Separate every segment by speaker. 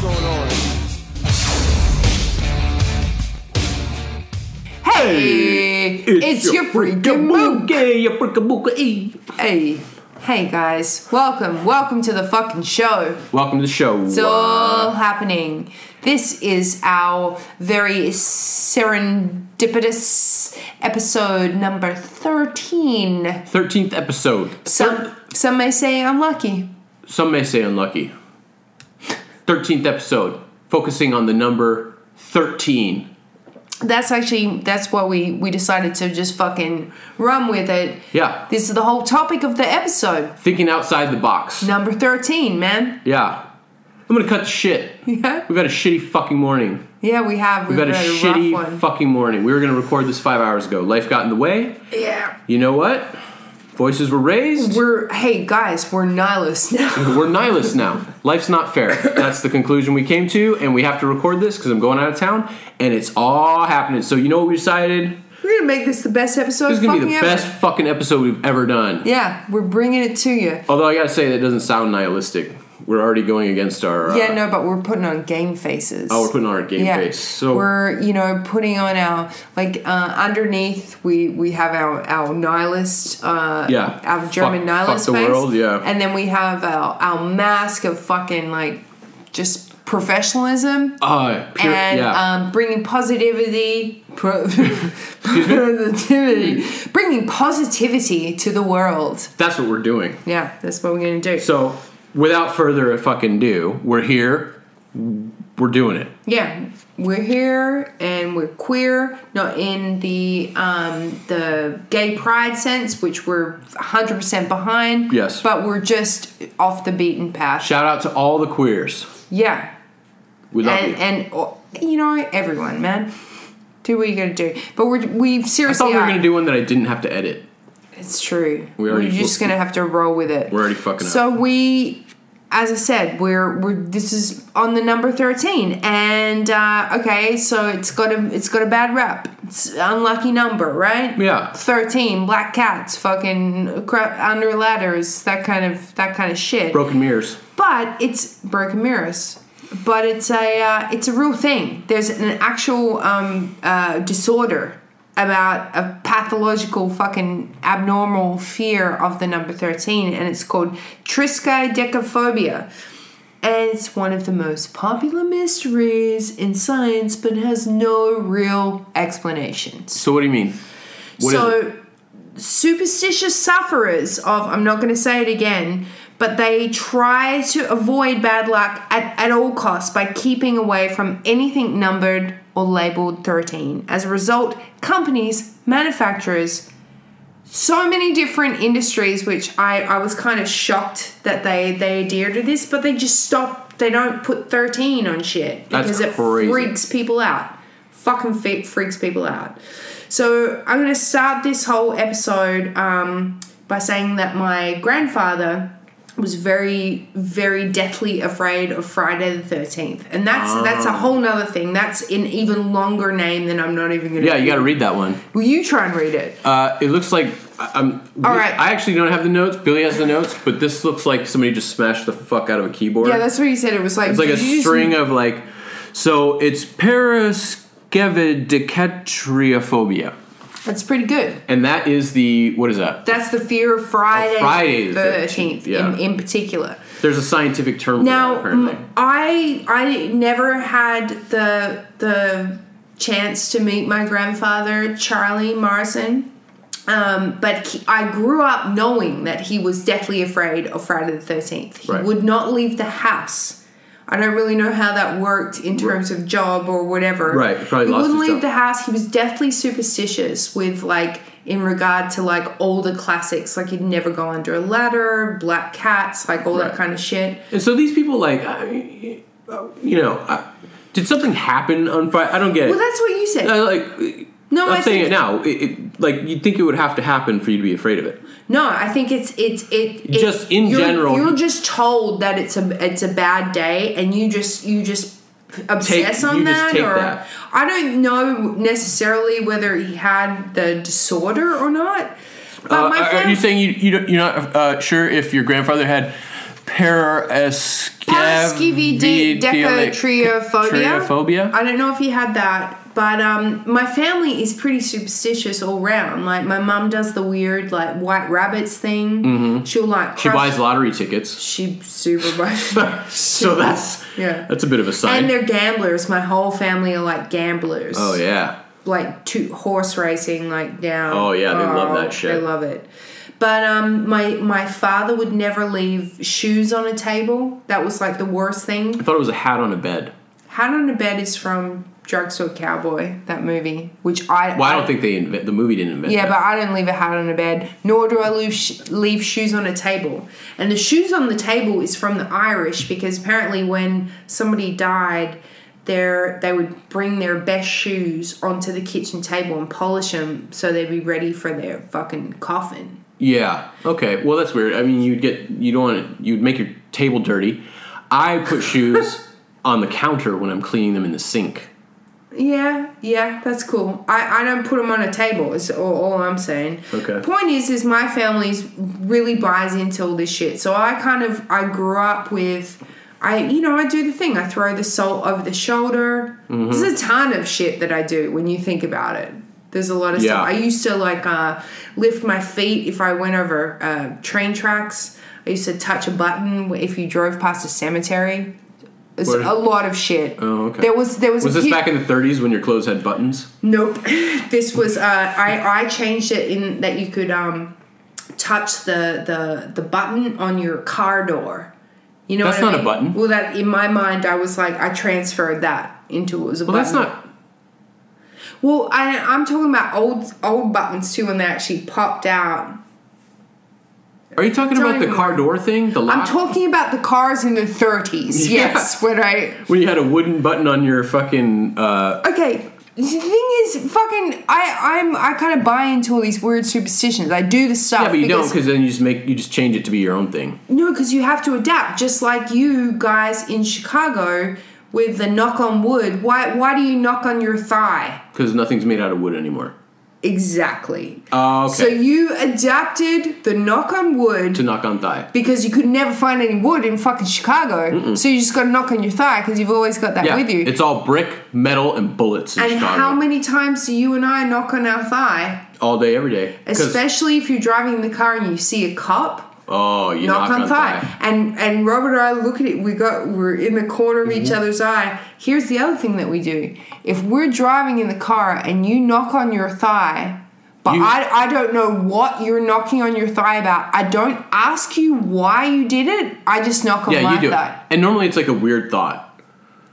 Speaker 1: going on?
Speaker 2: Hey, it's, your, freaking mook. Hey, hey guys, welcome, welcome to the fucking show.
Speaker 1: Welcome to the show.
Speaker 2: It's all happening. This is our very serendipitous episode number thirteen.
Speaker 1: 13th episode.
Speaker 2: Some some may say I'm lucky.
Speaker 1: Some may say unlucky. 13th episode, focusing on the number 13.
Speaker 2: That's actually that's what we we decided to just fucking run with it.
Speaker 1: Yeah.
Speaker 2: This is the whole topic of the episode.
Speaker 1: Thinking outside the box.
Speaker 2: Number 13, man.
Speaker 1: Yeah. I'm gonna cut the shit.
Speaker 2: Yeah.
Speaker 1: We've had a shitty fucking morning.
Speaker 2: Yeah, we have. We've
Speaker 1: We've had a
Speaker 2: had rough
Speaker 1: shitty
Speaker 2: one.
Speaker 1: fucking morning. We were gonna record this five hours ago. Life got in the way.
Speaker 2: yeah.
Speaker 1: You know what? Voices were raised.
Speaker 2: We're hey guys, we're nihilists now.
Speaker 1: We're nihilists now. Life's not fair. That's the conclusion we came to, and we have to record this because I'm going out of town, and it's all happening. So you know what we decided?
Speaker 2: we're gonna make this the best episode.
Speaker 1: This is gonna be the
Speaker 2: fucking ever.
Speaker 1: best fucking episode we've ever done.
Speaker 2: Yeah, we're bringing it to you.
Speaker 1: Although I gotta say that doesn't sound nihilistic. We're already going against our. Uh,
Speaker 2: Yeah, no, but we're putting on game faces.
Speaker 1: Oh, we're putting on our game
Speaker 2: yeah,
Speaker 1: face. So
Speaker 2: we're you know putting on our like uh, underneath we we have our our nihilist uh,
Speaker 1: yeah,
Speaker 2: our German
Speaker 1: fuck,
Speaker 2: nihilist
Speaker 1: fuck the
Speaker 2: face,
Speaker 1: world. Yeah,
Speaker 2: and then we have our our mask of fucking like just professionalism.
Speaker 1: uh, pure,
Speaker 2: and
Speaker 1: yeah.
Speaker 2: um, bringing positivity, pro- positivity, bringing positivity to the world.
Speaker 1: That's what we're doing.
Speaker 2: Yeah, that's what we're gonna do.
Speaker 1: So without further fucking do, we're here. We're doing it.
Speaker 2: yeah, we're here and we're queer, not in the um, the gay pride sense, which we're 100 percent behind.
Speaker 1: Yes.
Speaker 2: but we're just off the beaten path.
Speaker 1: Shout out to all the queers.
Speaker 2: yeah,
Speaker 1: We love
Speaker 2: and
Speaker 1: you.
Speaker 2: and oh, you know everyone, man. Do what you gotta do, but we're we
Speaker 1: I thought
Speaker 2: seriously
Speaker 1: we were
Speaker 2: are-
Speaker 1: gonna do one that I didn't have to edit.
Speaker 2: It's true.
Speaker 1: We
Speaker 2: We
Speaker 1: already
Speaker 2: are just
Speaker 1: fucked-
Speaker 2: gonna have to roll with it.
Speaker 1: We're already fucking up.
Speaker 2: So we, as I said, we're we're this is on the number thirteen, and uh, okay, so it's got a it's got a bad rap. It's an unlucky number, right?
Speaker 1: Yeah.
Speaker 2: Thirteen black cats, fucking cra- under ladders, that kind of that kind of shit.
Speaker 1: Broken mirrors.
Speaker 2: But it's broken mirrors. But it's a uh, it's a real thing. There's an actual um, uh, disorder about a pathological fucking abnormal fear of the number thirteen, and it's called triskaidekaphobia. And it's one of the most popular mysteries in science, but has no real explanations
Speaker 1: So what do you mean? What is
Speaker 2: so
Speaker 1: it?
Speaker 2: superstitious sufferers of i'm not going to say it again but they try to avoid bad luck at, at all costs by keeping away from anything numbered or labeled 13 as a result companies manufacturers so many different industries which i, I was kind of shocked that they they adhere to this but they just stop they don't put 13 on shit
Speaker 1: That's
Speaker 2: because it
Speaker 1: crazy.
Speaker 2: freaks people out fucking fe- freaks people out so i'm going to start this whole episode um, by saying that my grandfather was very very deathly afraid of friday the 13th and that's that's a
Speaker 1: Ah.
Speaker 2: whole nother thing that's an even longer name than i'm not even gonna
Speaker 1: Yeah, you gotta read that one.
Speaker 2: will you try and read it
Speaker 1: Uh, it looks like I- I'm.
Speaker 2: All right.
Speaker 1: I actually don't have the notes. Billy has the notes, but this looks like somebody just smashed the fuck out of a keyboard.
Speaker 2: yeah that's what you said it was like
Speaker 1: it's like a
Speaker 2: did you just-
Speaker 1: string of like. So it's paraskevidecatria
Speaker 2: that's pretty good
Speaker 1: and that is the what is that?
Speaker 2: That's the fear of Friday,
Speaker 1: Of Friday the
Speaker 2: the
Speaker 1: 13th,
Speaker 2: thirteenth,
Speaker 1: yeah.
Speaker 2: in, in particular.
Speaker 1: There's a scientific term for that,
Speaker 2: Now,
Speaker 1: apparently.
Speaker 2: m- I I never had the the chance to meet my grandfather Charlie Morrison, um, but he- I grew up knowing that he was deathly afraid of Friday the Thirteenth. He
Speaker 1: Right.
Speaker 2: would not leave the house. I don't really know how that worked in terms of job or whatever.
Speaker 1: Right, he probably
Speaker 2: he
Speaker 1: lost
Speaker 2: wouldn't
Speaker 1: his
Speaker 2: leave
Speaker 1: job.
Speaker 2: the house. He was deathly superstitious with like in regard to like all the classics, like he'd never go under a ladder, black cats, like all
Speaker 1: Right.
Speaker 2: that kind of shit.
Speaker 1: And so these people, like, I, you know, I, did something happen on Friday? I don't get
Speaker 2: Well,
Speaker 1: it.
Speaker 2: that's what you said.
Speaker 1: I, like,
Speaker 2: No,
Speaker 1: I'm
Speaker 2: I
Speaker 1: saying
Speaker 2: think-
Speaker 1: it now. It, it, like, you'd think it would have to happen for you to be afraid of it.
Speaker 2: No, I think it's it's it. it-
Speaker 1: Just in
Speaker 2: you're-
Speaker 1: general-
Speaker 2: you're just told that it's a it's a bad day, and you just you just obsess
Speaker 1: Take-
Speaker 2: on
Speaker 1: you just
Speaker 2: that,
Speaker 1: take
Speaker 2: or
Speaker 1: that.
Speaker 2: I don't know necessarily whether he had the disorder or not. But
Speaker 1: Uh,
Speaker 2: my
Speaker 1: are- are
Speaker 2: friend,
Speaker 1: you saying you, you don't, you're not uh, sure if your grandfather had para escavi-
Speaker 2: Pascivide decotriophobia.
Speaker 1: triophobia.
Speaker 2: I don't know if you had that, but um, my family is pretty superstitious all round. Like my mum does the weird like white rabbits thing. She'll like
Speaker 1: Mm-hmm. She
Speaker 2: crush-
Speaker 1: buys lottery tickets.
Speaker 2: She super buys.
Speaker 1: so that's
Speaker 2: Yeah.
Speaker 1: that's a bit of a
Speaker 2: and
Speaker 1: sign.
Speaker 2: they're gamblers. My whole family are like gamblers.
Speaker 1: Oh yeah.
Speaker 2: like to horse racing like down
Speaker 1: Oh, yeah, they love that
Speaker 2: they
Speaker 1: shit.
Speaker 2: love it but um my my father would never leave shoes on a table that was like the worst thing
Speaker 1: I thought it was a hat on a bed.
Speaker 2: hat on a bed is from drugstore cowboy that movie which i
Speaker 1: Well, I don't think they invent the movie didn't invent.
Speaker 2: yeah
Speaker 1: that.
Speaker 2: but i don't leave a hat on a bed nor do i leave, sh- leave shoes on a table and the shoes on the table is from the irish because apparently when somebody died their, they would bring their best shoes onto the kitchen table and polish them so they'd be ready for their fucking coffin
Speaker 1: Yeah. Okay. Well, that's weird. I mean, you'd get you don't want to, you'd make your table dirty. I put shoes on the counter when I'm cleaning them in the sink.
Speaker 2: Yeah, yeah, that's cool. I, I don't put them on a table. Is all, all I'm saying.
Speaker 1: Okay.
Speaker 2: Point is, is my family's really buys into all this shit. So I kind of I grew up with, I you know I do the thing. I throw the salt over the shoulder.
Speaker 1: Mm-hmm.
Speaker 2: There's a ton of shit that I do when you think about it. There's a lot of stuff. I
Speaker 1: Yeah.
Speaker 2: used to like uh, lift my feet if I went over uh, train tracks. I used to touch a button if you drove past a cemetery. It's
Speaker 1: Where-
Speaker 2: a lot of shit.
Speaker 1: Oh, okay.
Speaker 2: There was there was,
Speaker 1: Was
Speaker 2: a
Speaker 1: this
Speaker 2: hu-
Speaker 1: back in the 30s when your clothes had buttons?
Speaker 2: Nope. this was uh, I I changed it in that you could um touch the the the button on your car door. You know
Speaker 1: That's
Speaker 2: what I
Speaker 1: not a
Speaker 2: mean?
Speaker 1: button.
Speaker 2: Well, that in my mind, I was like, I transferred that into it was a
Speaker 1: Well,
Speaker 2: button.
Speaker 1: that's not.
Speaker 2: Well, I, I'm talking about old old buttons too, when they actually popped out.
Speaker 1: Are you talking
Speaker 2: Don't
Speaker 1: about the
Speaker 2: even-
Speaker 1: car door thing? The lock?
Speaker 2: I'm talking about the cars in the 30s.
Speaker 1: Yeah.
Speaker 2: Yes, when I
Speaker 1: when you had a wooden button on your fucking. Uh,
Speaker 2: okay the thing is fucking i i'm i kind of buy into all these weird superstitions i do the stuff
Speaker 1: yeah, but you don't
Speaker 2: because,
Speaker 1: because then you just make you just change it to be your own thing.
Speaker 2: no because you have to adapt just like you guys in chicago with the knock on wood why why do you knock on your thigh
Speaker 1: because nothing's made out of wood anymore.
Speaker 2: exactly
Speaker 1: Oh, okay.
Speaker 2: so you adapted the knock on wood
Speaker 1: to knock on thigh.
Speaker 2: because you could never find any wood in fucking Chicago, so you just got to knock on your thigh because you've always got that
Speaker 1: Yeah,
Speaker 2: with you.
Speaker 1: it's all brick, metal, and bullets in
Speaker 2: and
Speaker 1: Chicago.
Speaker 2: how many times do you and I knock on our thigh?
Speaker 1: all day, every day. 'Cause-
Speaker 2: especially if you're driving the car and you see a cop
Speaker 1: oh, you
Speaker 2: knock on thigh. and and robert and i look at it we got we're in the corner of
Speaker 1: Mm-hmm.
Speaker 2: each other's eye here's the other thing that we do if we're driving in the car and you knock on your thigh but
Speaker 1: You-
Speaker 2: I, I don't know what you're knocking on your thigh about. I don't ask you why you did it. I just knock on
Speaker 1: Yeah,
Speaker 2: my
Speaker 1: you do. it.
Speaker 2: thigh.
Speaker 1: And normally it's like a weird thought.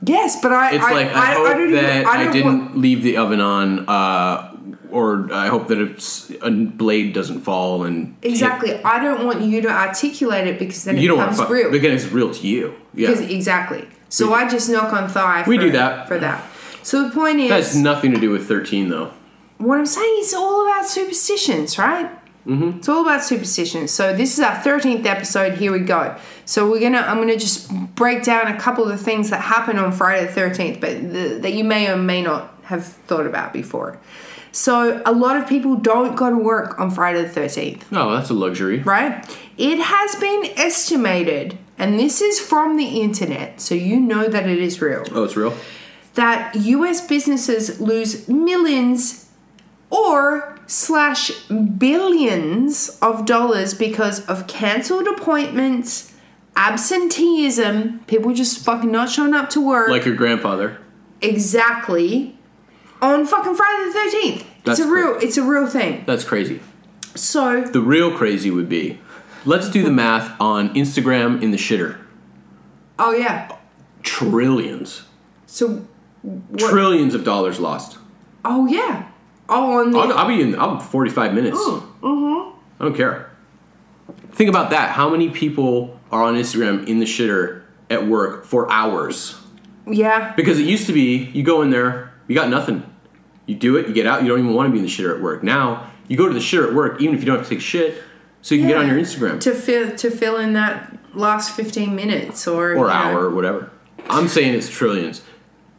Speaker 2: Yes, but I
Speaker 1: It's
Speaker 2: I,
Speaker 1: like I,
Speaker 2: I,
Speaker 1: hope
Speaker 2: I don't
Speaker 1: that
Speaker 2: even,
Speaker 1: I,
Speaker 2: I, don't
Speaker 1: didn't
Speaker 2: want-
Speaker 1: leave the oven on, uh, or I hope that it's, a blade doesn't fall and hit-
Speaker 2: exactly. I don't want you to articulate it because then
Speaker 1: You
Speaker 2: it
Speaker 1: don't want
Speaker 2: becomes
Speaker 1: to fuck
Speaker 2: real.
Speaker 1: because it's real to you. Yeah,
Speaker 2: 'Cause- exactly. So I just knock on thigh.
Speaker 1: We
Speaker 2: for,
Speaker 1: do that.
Speaker 2: for that. So the point is,
Speaker 1: that has nothing to do with thirteen though.
Speaker 2: what I'm saying is all about superstitions, right? Mm-hmm. It's all about superstitions. So this is our thirteenth episode. Here we go. So we're gonna. I'm gonna just break down a couple of the things that happen on Friday the thirteenth, but the, that you may or may not have thought about before. So a lot of people don't go to work on Friday the thirteenth
Speaker 1: No, Oh, that's a luxury.
Speaker 2: right? It has been estimated, and this is from the internet, so you know that it is real,
Speaker 1: Oh, it's real.
Speaker 2: that US businesses lose millions or slash billions of dollars because of cancelled appointments, absenteeism, people just fucking not showing up to work
Speaker 1: Like your grandfather.
Speaker 2: exactly on fucking Friday the 13th.
Speaker 1: That's
Speaker 2: it's a real
Speaker 1: cool.
Speaker 2: it's a real thing.
Speaker 1: That's crazy.
Speaker 2: So
Speaker 1: The real crazy would be, let's do the math on Instagram in the shitter.
Speaker 2: oh yeah.
Speaker 1: Trillions,
Speaker 2: So what
Speaker 1: trillions of dollars lost.
Speaker 2: Oh yeah. Oh, on the
Speaker 1: I'll, I'll be in. I'm 45 minutes. Mm-hmm. I don't care. Think about that. How many people are on Instagram in the shitter at work for hours?
Speaker 2: yeah.
Speaker 1: Because it used to be you go in there, you got nothing. You do it, you get out. You don't even want to be in the shitter at work. Now you go to the shitter at work, even if you don't have to take shit, so you can get on your Instagram
Speaker 2: to fill to fill in that last fifteen minutes or
Speaker 1: or
Speaker 2: you know.
Speaker 1: hour or whatever. I'm saying it's trillions,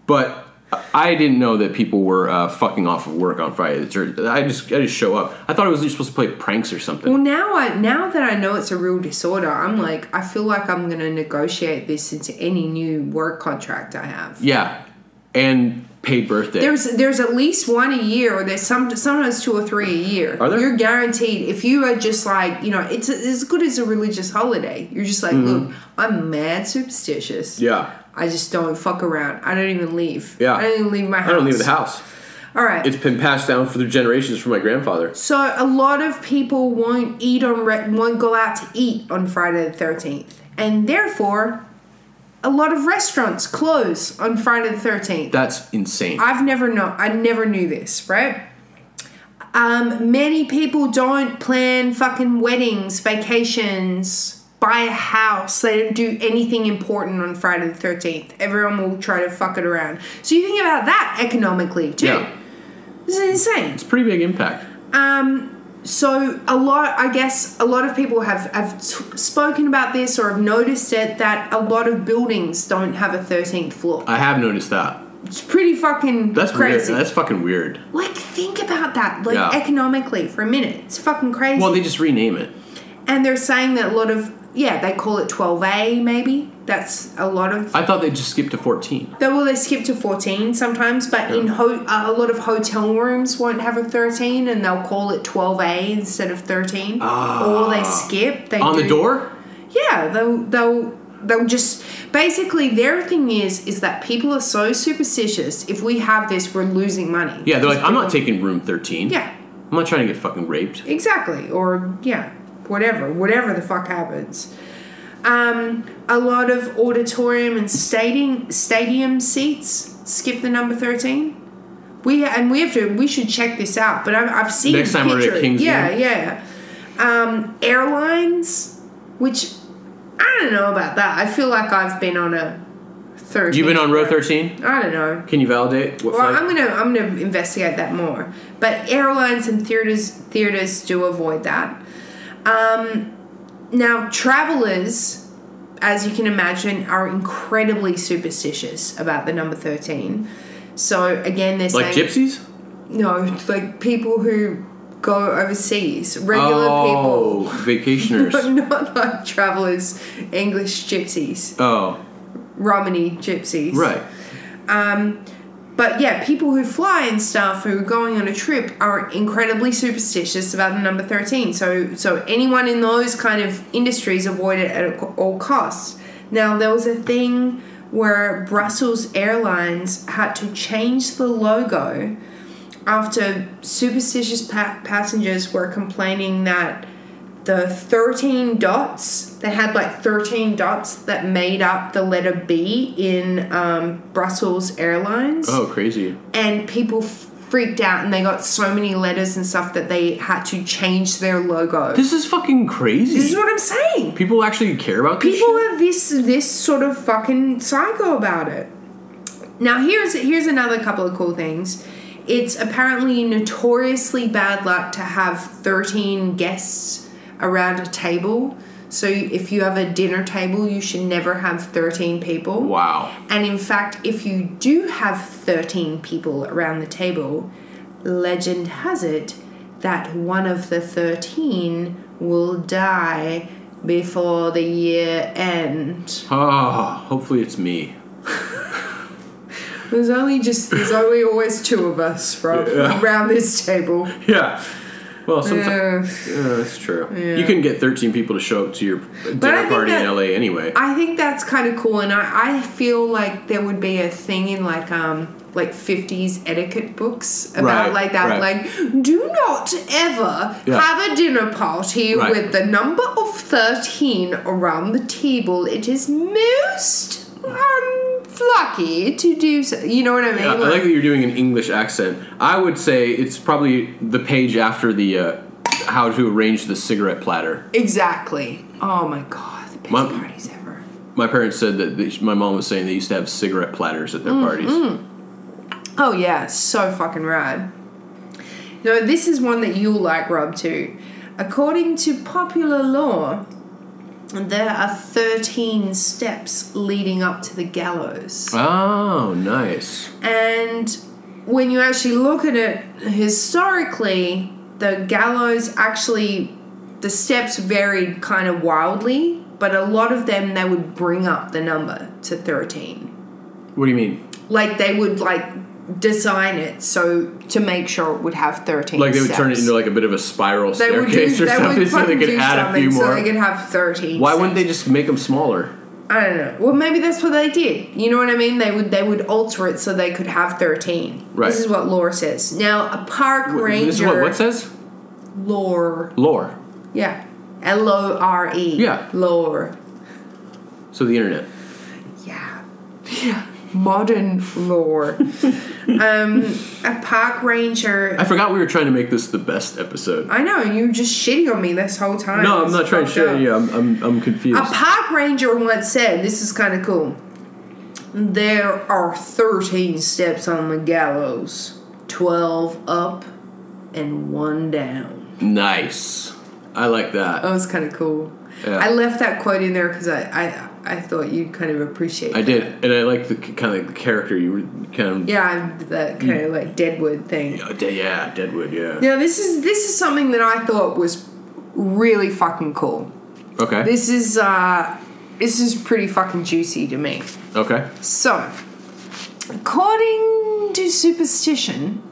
Speaker 1: but I didn't know that people were uh, fucking off of work on Friday the Thirteenth. I just I just show up. I thought I was just supposed to play pranks or something.
Speaker 2: Well, now I now that I know it's a real disorder, I'm like I feel like I'm gonna negotiate this into any new work contract I have.
Speaker 1: yeah, and paid birthday.
Speaker 2: There's there's at least one a year, or there's some sometimes two or three a year.
Speaker 1: Are there?
Speaker 2: You're guaranteed if you are just like you know it's as good as a religious holiday. You're just like, look, I'm mad superstitious.
Speaker 1: Mm-hmm. yeah,
Speaker 2: I just don't fuck around. I don't even leave.
Speaker 1: Yeah.
Speaker 2: I don't even leave my house.
Speaker 1: I don't leave the house.
Speaker 2: All right.
Speaker 1: It's been passed down for the generations from my grandfather.
Speaker 2: So a lot of people won't eat on re- won't go out to eat on Friday the thirteenth, and therefore, a lot of restaurants close on Friday the thirteenth.
Speaker 1: That's insane.
Speaker 2: I've never know I never knew this, right? Um, many people don't plan fucking weddings, vacations, buy a house. They don't do anything important on Friday the thirteenth. Everyone will try to fuck it around. So you think about that economically too.
Speaker 1: yeah,
Speaker 2: This is insane.
Speaker 1: it's a pretty big impact.
Speaker 2: So a lot, I guess, a lot of people have have t- spoken about this or have noticed it that a lot of buildings don't have a thirteenth floor.
Speaker 1: I have noticed that.
Speaker 2: It's pretty fucking
Speaker 1: That's
Speaker 2: crazy.
Speaker 1: Weird. That's fucking weird.
Speaker 2: like think about that, like
Speaker 1: Yeah.
Speaker 2: economically for a minute. It's fucking crazy.
Speaker 1: Well, they just rename it.
Speaker 2: and they're saying that a lot of yeah, they call it twelve A maybe. That's a lot of.
Speaker 1: I thought they just skipped to fourteen.
Speaker 2: Though well, they skip to fourteen sometimes, but in ho- uh, a lot of hotel rooms won't have a thirteen, and they'll call it twelve A instead of thirteen, or they skip. They
Speaker 1: Ah. On the
Speaker 2: do-
Speaker 1: door?
Speaker 2: Yeah, they'll they'll they'll just basically their thing is is that people are so superstitious. If we have this, we're losing money.
Speaker 1: Yeah, they're like, I'm not taking room thirteen.
Speaker 2: Yeah,
Speaker 1: I'm not trying to get fucking raped.
Speaker 2: exactly. Or yeah, whatever, whatever the fuck happens. Um, a lot of auditorium and stadium stadium seats skip the number thirteen. We and we have to we should check this out. But I've, I've seen
Speaker 1: Next time we're at
Speaker 2: pictures.
Speaker 1: King's
Speaker 2: Yeah,
Speaker 1: Inn.
Speaker 2: yeah. Um, airlines, which I don't know about that. I feel like I've been on a thirteen.
Speaker 1: You've been on row thirteen.
Speaker 2: I don't know.
Speaker 1: Can you validate what
Speaker 2: Well,
Speaker 1: flight?
Speaker 2: I'm gonna I'm gonna investigate that more. But airlines and theaters theaters do avoid that. Um, now travelers, as you can imagine, are incredibly superstitious about the number thirteen. So again, they're
Speaker 1: like
Speaker 2: saying
Speaker 1: gypsies?
Speaker 2: no, like people who go overseas, regular
Speaker 1: oh,
Speaker 2: people, but
Speaker 1: vacationers.
Speaker 2: not like travelers, English gypsies,
Speaker 1: oh,
Speaker 2: Romany gypsies,
Speaker 1: right.
Speaker 2: But yeah, people who fly and stuff who are going on a trip are incredibly superstitious about the number 13. So so anyone in those kind of industries avoid it at all costs. Now there was a thing where Brussels Airlines had to change the logo after superstitious pa- passengers were complaining that the 13 dots they had like 13 dots that made up the letter b in um, brussels airlines
Speaker 1: Oh, crazy.
Speaker 2: and people freaked out and they got so many letters and stuff that they had to change their logo this,
Speaker 1: This is fucking crazy.
Speaker 2: is what i'm saying
Speaker 1: People actually care about this
Speaker 2: people
Speaker 1: shit?
Speaker 2: are this this sort of fucking psycho about it now here's here's another couple of cool things it's apparently notoriously bad luck to have 13 guests around a table so if you have a dinner table you should never have 13 people
Speaker 1: Wow.
Speaker 2: and in fact, if you do have 13 people around the table, legend has it that one of the 13 will die before the year end.
Speaker 1: Oh, hopefully it's me.
Speaker 2: There's only just, there's only always two of us, Rob, around this table.
Speaker 1: Yeah. Well, sometimes
Speaker 2: Ugh.
Speaker 1: that's true. You can get 13 people to show up to your
Speaker 2: I
Speaker 1: dinner
Speaker 2: think
Speaker 1: party in
Speaker 2: that-
Speaker 1: LA anyway.
Speaker 2: I think that's kind of cool, and I, I feel like there would be a thing in like um like fifties etiquette books about
Speaker 1: Right,
Speaker 2: like that,
Speaker 1: right.
Speaker 2: like do not ever
Speaker 1: Yeah.
Speaker 2: have a dinner party
Speaker 1: Right.
Speaker 2: with the number of thirteen around the table. It is most unlucky to do so. You know what I mean?
Speaker 1: I I like that you're doing an English accent. I would say it's probably the page after the uh, how to arrange the cigarette platter.
Speaker 2: exactly. Oh my god, the best
Speaker 1: My-
Speaker 2: parties ever.
Speaker 1: My parents said that they, my mom was saying they used to have cigarette platters at their
Speaker 2: Mm,
Speaker 1: parties.
Speaker 2: Oh yeah, so fucking rad. No, this is one that you'll like, Rob, too. According to popular law, There are 13 steps leading up to the gallows.
Speaker 1: Oh, nice.
Speaker 2: And when you actually look at it historically, the gallows actually, the steps varied kind of wildly, but a lot of them they would bring up the number to 13.
Speaker 1: What do you mean?
Speaker 2: Like they would like design it so to make sure it would have 13
Speaker 1: Like they would turn it
Speaker 2: steps.
Speaker 1: into like a bit of a spiral
Speaker 2: they would
Speaker 1: staircase
Speaker 2: do,
Speaker 1: or
Speaker 2: they
Speaker 1: something
Speaker 2: would
Speaker 1: so they
Speaker 2: fucking
Speaker 1: could
Speaker 2: do
Speaker 1: add a
Speaker 2: something
Speaker 1: few
Speaker 2: so
Speaker 1: more.
Speaker 2: they could have 13
Speaker 1: Why wouldn't they just make them smaller?
Speaker 2: I don't know. Well, maybe that's what they did. You know what I mean? They would they would alter it so they could have thirteen.
Speaker 1: Right.
Speaker 2: This is what lore says. Now a park ranger.
Speaker 1: This is what what says?
Speaker 2: lore?
Speaker 1: Lore.
Speaker 2: Yeah, L O R E.
Speaker 1: Yeah.
Speaker 2: Lore.
Speaker 1: So the internet.
Speaker 2: Yeah. Yeah. Modern lore. um, a park ranger.
Speaker 1: I forgot we were trying to make this the best episode.
Speaker 2: I know you're just shitting on me this whole time.
Speaker 1: no, I'm
Speaker 2: It's
Speaker 1: not trying to
Speaker 2: fucked
Speaker 1: share.
Speaker 2: up.
Speaker 1: Yeah, I'm, I'm, I'm confused.
Speaker 2: A park ranger once said, this is kind of cool, there are 13 steps on the gallows 12 up and one down.
Speaker 1: nice. I like that.
Speaker 2: That was kind of cool.
Speaker 1: Yeah.
Speaker 2: I left that quote in there because I, I, I thought you'd kind of appreciate
Speaker 1: I
Speaker 2: that.
Speaker 1: did, and I like the kind of the character you were kind of.
Speaker 2: Yeah, I'm that kind of like Deadwood thing.
Speaker 1: Mm. Yeah, De- yeah, Deadwood. Yeah.
Speaker 2: Now, this is this is something that I thought was really fucking cool.
Speaker 1: Okay.
Speaker 2: This is uh, this is pretty fucking juicy to me.
Speaker 1: okay.
Speaker 2: So, according to superstition,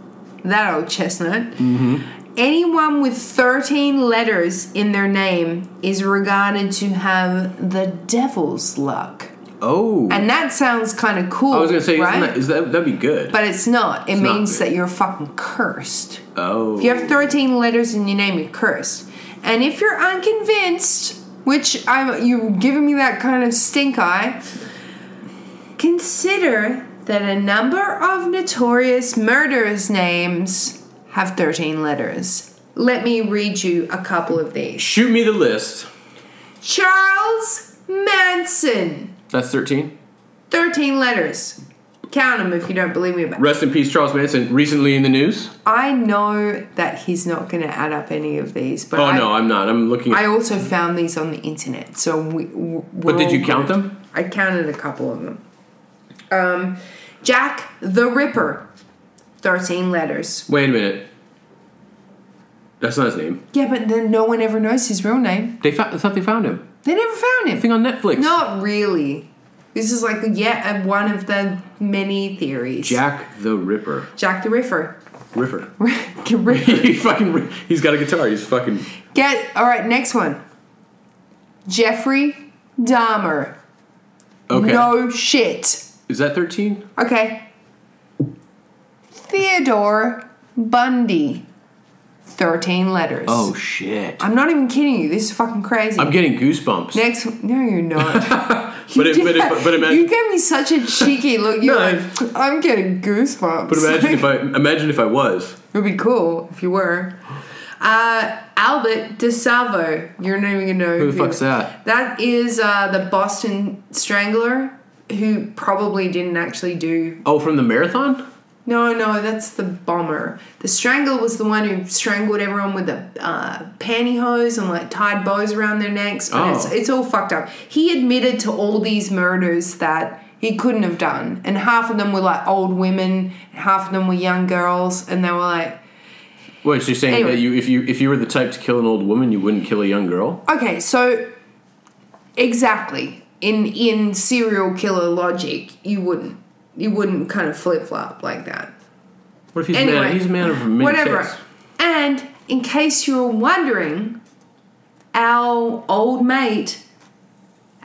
Speaker 2: that old chestnut,
Speaker 1: Mm-hmm.
Speaker 2: anyone with 13 letters in their name is regarded to have the devil's luck.
Speaker 1: Oh.
Speaker 2: And that sounds kind of cool.
Speaker 1: I was gonna say,
Speaker 2: right?
Speaker 1: isn't that, is that that'd be good?
Speaker 2: but it's not. It
Speaker 1: not
Speaker 2: means
Speaker 1: good.
Speaker 2: that you're fucking cursed.
Speaker 1: oh.
Speaker 2: If you have 13 letters in your name, you're cursed. And if you're unconvinced, which I'm, you're giving me that kind of stink eye, consider that a number of notorious murderers' names have 13 letters. Let me read you a couple of these
Speaker 1: Shoot me the list.
Speaker 2: Charles Manson,
Speaker 1: That's thirteen.
Speaker 2: 13 letters. Count them if you don't believe me. But
Speaker 1: Rest in peace, Charles Manson. Recently in the news.
Speaker 2: I know that he's not going to add up any of these. But
Speaker 1: Oh
Speaker 2: I,
Speaker 1: no, I'm not. I'm looking.
Speaker 2: I
Speaker 1: at...
Speaker 2: also found these on the internet, so we. we
Speaker 1: But did you count them?
Speaker 2: I counted a couple of them. Um, Jack the Ripper, thirteen letters.
Speaker 1: Wait a minute. That's not his name.
Speaker 2: Yeah, but then no one ever knows his real name.
Speaker 1: They found. I thought they found him.
Speaker 2: They never found
Speaker 1: I
Speaker 2: him.
Speaker 1: think on Netflix.
Speaker 2: Not really. This is like yet one of the many theories.
Speaker 1: Jack the Ripper.
Speaker 2: Jack the Ripper.
Speaker 1: Ripper.
Speaker 2: Ripper.
Speaker 1: he fucking. ri- He's got a guitar. He's fucking.
Speaker 2: Get all right. Next one. Jeffrey Dahmer.
Speaker 1: Okay.
Speaker 2: No shit.
Speaker 1: Is that thirteen?
Speaker 2: Okay. Theodore Bundy. 13 letters.
Speaker 1: Oh shit.
Speaker 2: I'm not even kidding you. This is fucking crazy.
Speaker 1: I'm getting goosebumps.
Speaker 2: Next No, you're not.
Speaker 1: but, it, but, it, but
Speaker 2: You
Speaker 1: imagine,
Speaker 2: gave me such a cheeky look. You're
Speaker 1: No,
Speaker 2: like, I'm getting goosebumps.
Speaker 1: but imagine if I imagine if I was.
Speaker 2: It would be cool if you were. Uh, Albert DeSalvo. You're not even gonna know
Speaker 1: Who the fuck's that?
Speaker 2: That is uh, the Boston Strangler, who probably didn't actually do
Speaker 1: Oh, from the marathon?
Speaker 2: No, no, that's the bomber. The strangler was the one who strangled everyone with a uh, pantyhose and like tied bows around their necks. But it's,
Speaker 1: Oh.
Speaker 2: it's all fucked up. He admitted to all these murders that he couldn't have done, and half of them were like old women, and half of them were young girls, and they were like,
Speaker 1: Wait, so you're saying
Speaker 2: Anyway.
Speaker 1: that you if you if you were the type to kill an old woman, you wouldn't kill a young girl?
Speaker 2: okay, so exactly in in serial killer logic, you wouldn't you wouldn't kind of flip flop like that.
Speaker 1: What if he's
Speaker 2: Anyway,
Speaker 1: man? He's a man of many
Speaker 2: whatever.
Speaker 1: tits.
Speaker 2: And in case you were wondering, our old mate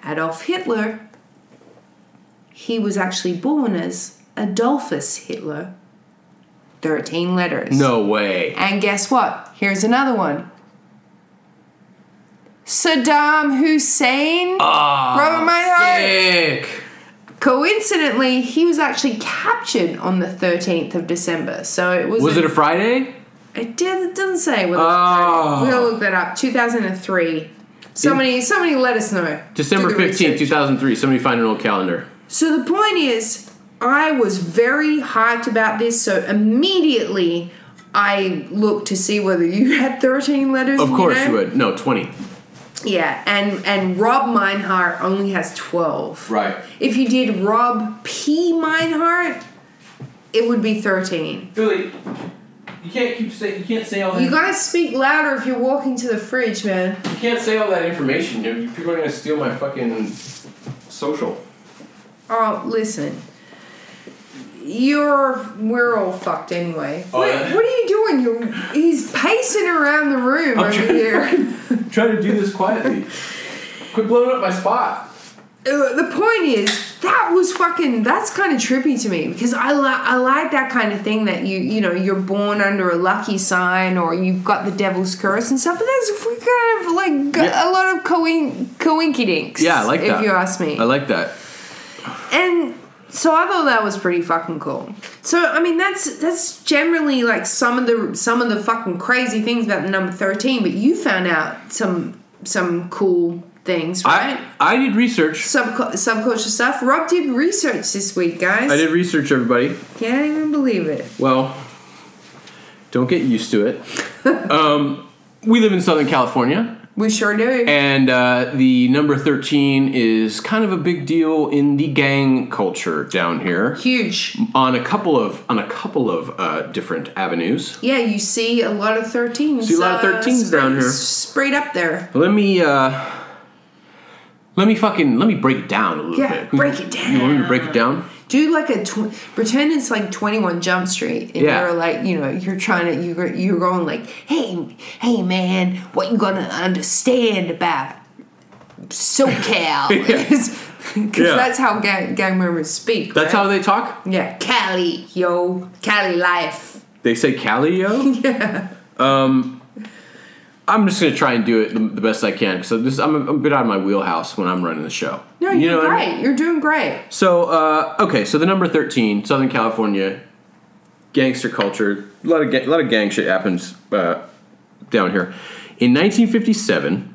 Speaker 2: Adolf Hitler, he was actually born as Adolphus Hitler. Thirteen letters.
Speaker 1: No way.
Speaker 2: And guess what? Here's another one. Saddam Hussein.
Speaker 1: Ah,
Speaker 2: Rubber my heart.
Speaker 1: sick.
Speaker 2: Coincidentally, he was actually captured on the 13th of December. So it was
Speaker 1: Was it a Friday?
Speaker 2: It, did, it doesn't say. Whether
Speaker 1: Oh.
Speaker 2: We're gonna look that up. Two thousand and three. Somebody, somebody, let us know.
Speaker 1: December
Speaker 2: Do the
Speaker 1: fifteenth, two
Speaker 2: research.
Speaker 1: thousand three. Somebody find an old calendar.
Speaker 2: So the point is, I was very hyped about this. So immediately, I looked to see whether you had thirteen letters.
Speaker 1: Of
Speaker 2: in your
Speaker 1: course
Speaker 2: name.
Speaker 1: you would. No, twenty.
Speaker 2: Yeah, and and Rob Meinhardt only has twelve.
Speaker 1: Right.
Speaker 2: If you did Rob P Meinhardt, it would be thirteen.
Speaker 1: Billy, you can't keep say, you can't say all that.
Speaker 2: You gotta speak louder if you're walking to the fridge, man.
Speaker 1: you can't say all that information, dude. People are gonna steal my fucking social.
Speaker 2: Oh, listen. You're we're all fucked anyway.
Speaker 1: Oh,
Speaker 2: what,
Speaker 1: yeah.
Speaker 2: what are you doing? You're he's pacing around the room
Speaker 1: I'm
Speaker 2: over
Speaker 1: trying to
Speaker 2: here.
Speaker 1: Try to do this quietly. Quit blowing up my spot.
Speaker 2: Uh, the point is that was fucking that's kind of trippy to me because I li- I like that kind of thing that you you know you're born under a lucky sign or you've got the devil's curse and stuff but that's kind of like g- a
Speaker 1: Yeah.
Speaker 2: lot of coin- coinkydinks
Speaker 1: Yeah, I like
Speaker 2: if
Speaker 1: that.
Speaker 2: you ask me
Speaker 1: I like that.
Speaker 2: and so I thought that was pretty fucking cool. So I mean that's that's generally like some of the some of the fucking crazy things about the number thirteen, but you found out some some cool things, right?
Speaker 1: I I did research.
Speaker 2: Subcul- subculture stuff. Rob did research this week, guys.
Speaker 1: I did research, everybody.
Speaker 2: Can't even believe it.
Speaker 1: Well, don't get used to it. um, we live in Southern California,
Speaker 2: We sure do.
Speaker 1: and uh, the number 13 is kind of a big deal in the gang culture down here
Speaker 2: Huge.
Speaker 1: on a couple of on a couple of uh, different avenues.
Speaker 2: Yeah, you see a lot of thirteens. uh,
Speaker 1: See a lot of 13s
Speaker 2: spread-
Speaker 1: down here.
Speaker 2: Sprayed up there.
Speaker 1: Let me uh, let me fucking let me break it down a little
Speaker 2: Yeah,
Speaker 1: bit.
Speaker 2: break it
Speaker 1: You want me to break it down?
Speaker 2: Do like a tw- pretend it's like Twenty One Jump Street, and
Speaker 1: Yeah.
Speaker 2: you're like, you know, you're trying to you're you're going like, hey, hey, man, what you gonna understand about SoCal? Because
Speaker 1: Yeah.
Speaker 2: that's how gang, gang members speak.
Speaker 1: That's
Speaker 2: right?
Speaker 1: how they talk.
Speaker 2: Yeah, Cali, yo, Cali life.
Speaker 1: They say Cali, yo. yeah. Um, I'm just gonna try and do it the, the best I can because this I'm a, a bit out of my wheelhouse when I'm running the show.
Speaker 2: No,
Speaker 1: You
Speaker 2: you're
Speaker 1: know what I mean?
Speaker 2: great. You're doing great.
Speaker 1: So uh, okay, so the number thirteen, Southern California, gangster culture. A lot of ga- a lot of gang shit happens uh, down here. In 1957,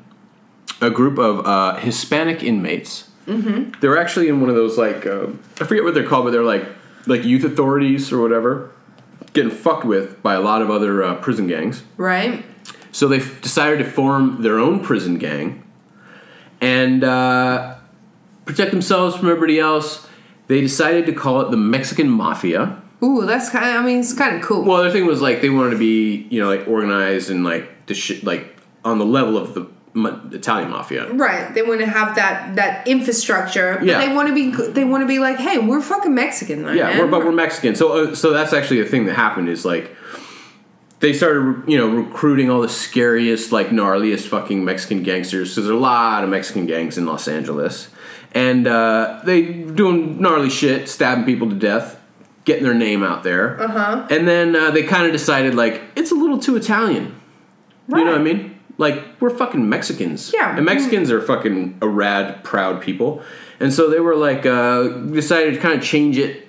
Speaker 1: a group of uh, Hispanic inmates. Mm-hmm. They were actually in one of those like uh, I forget what they're called, but they're like like youth authorities or whatever, getting fucked with by a lot of other uh, prison gangs.
Speaker 2: Right?
Speaker 1: So they f- decided to form their own prison gang and uh, protect themselves from everybody else. They decided to call it the Mexican Mafia.
Speaker 2: Ooh, that's kind of, I mean, it's kind of cool.
Speaker 1: Well, their thing was like they wanted to be, you know, like organized and like the shit, like on the level of the ma- Italian Mafia.
Speaker 2: right. They want to have that that infrastructure. But
Speaker 1: Yeah.
Speaker 2: They want to be they want to be like, "Hey, we're fucking Mexican, though,
Speaker 1: Yeah,
Speaker 2: man."
Speaker 1: we're, but we're Mexican. So, uh, so that's actually the thing that happened is like they started, you know, recruiting all the scariest, like gnarliest fucking Mexican gangsters. So there's a lot of Mexican gangs in Los Angeles, and uh, they doing gnarly shit, stabbing people to death, getting their name out there. Uh-huh. And then uh, they kind of decided like it's a little too Italian. You know what I
Speaker 2: Right.
Speaker 1: mean? Like we're fucking Mexicans.
Speaker 2: Yeah.
Speaker 1: And Mexicans are fucking a rad, proud people. And so they were like uh, decided to kind of change it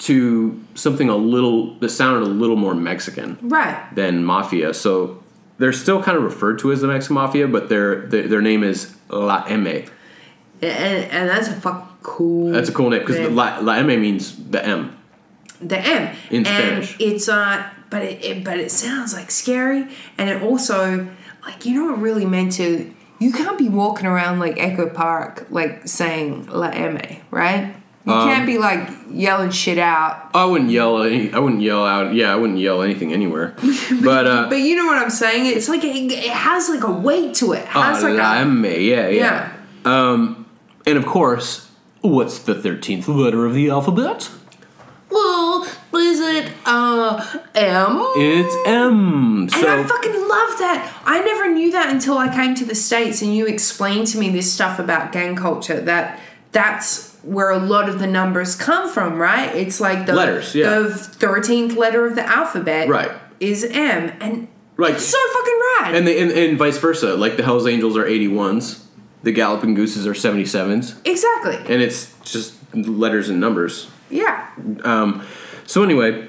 Speaker 1: to something a little that sounded a little more Mexican
Speaker 2: Right.
Speaker 1: than mafia. So they're still kind of referred to as the Mexican mafia, but their their, their name is La M.
Speaker 2: And and that's a fucking cool.
Speaker 1: That's a cool name because
Speaker 2: name.
Speaker 1: La, La M means the M.
Speaker 2: the M
Speaker 1: In
Speaker 2: and
Speaker 1: Spanish.
Speaker 2: It's uh, but it, it but it sounds like scary, and it also like you know what really meant to. You can't be walking around like Echo Park like saying La M, right? You
Speaker 1: Um,
Speaker 2: can't be like yelling shit out.
Speaker 1: I wouldn't yell. Any, I wouldn't yell out. Yeah, I wouldn't yell anything anywhere. But uh,
Speaker 2: But you know what I'm saying? It's like it, it has like a weight to it. It has like
Speaker 1: Ah, La
Speaker 2: a,
Speaker 1: M. Yeah, yeah.
Speaker 2: uh, yeah.
Speaker 1: Um, and of course, what's the 13th letter of the alphabet?
Speaker 2: Well, is it uh M?
Speaker 1: It's M.
Speaker 2: And I
Speaker 1: So,
Speaker 2: fucking love that. I never knew that until I came to the States and you explained to me this stuff about gang culture that that's where a lot of the numbers come from, right? It's like the
Speaker 1: Letters, yeah.
Speaker 2: the 13th letter of the alphabet
Speaker 1: Right.
Speaker 2: is M. And
Speaker 1: Right.
Speaker 2: it's so fucking rad.
Speaker 1: and, the, and, and vice versa. Like the Hells Angels are 81s, the Galloping Gooses are 77s,
Speaker 2: exactly.
Speaker 1: and it's just letters and numbers.
Speaker 2: Yeah.
Speaker 1: Um, so anyway,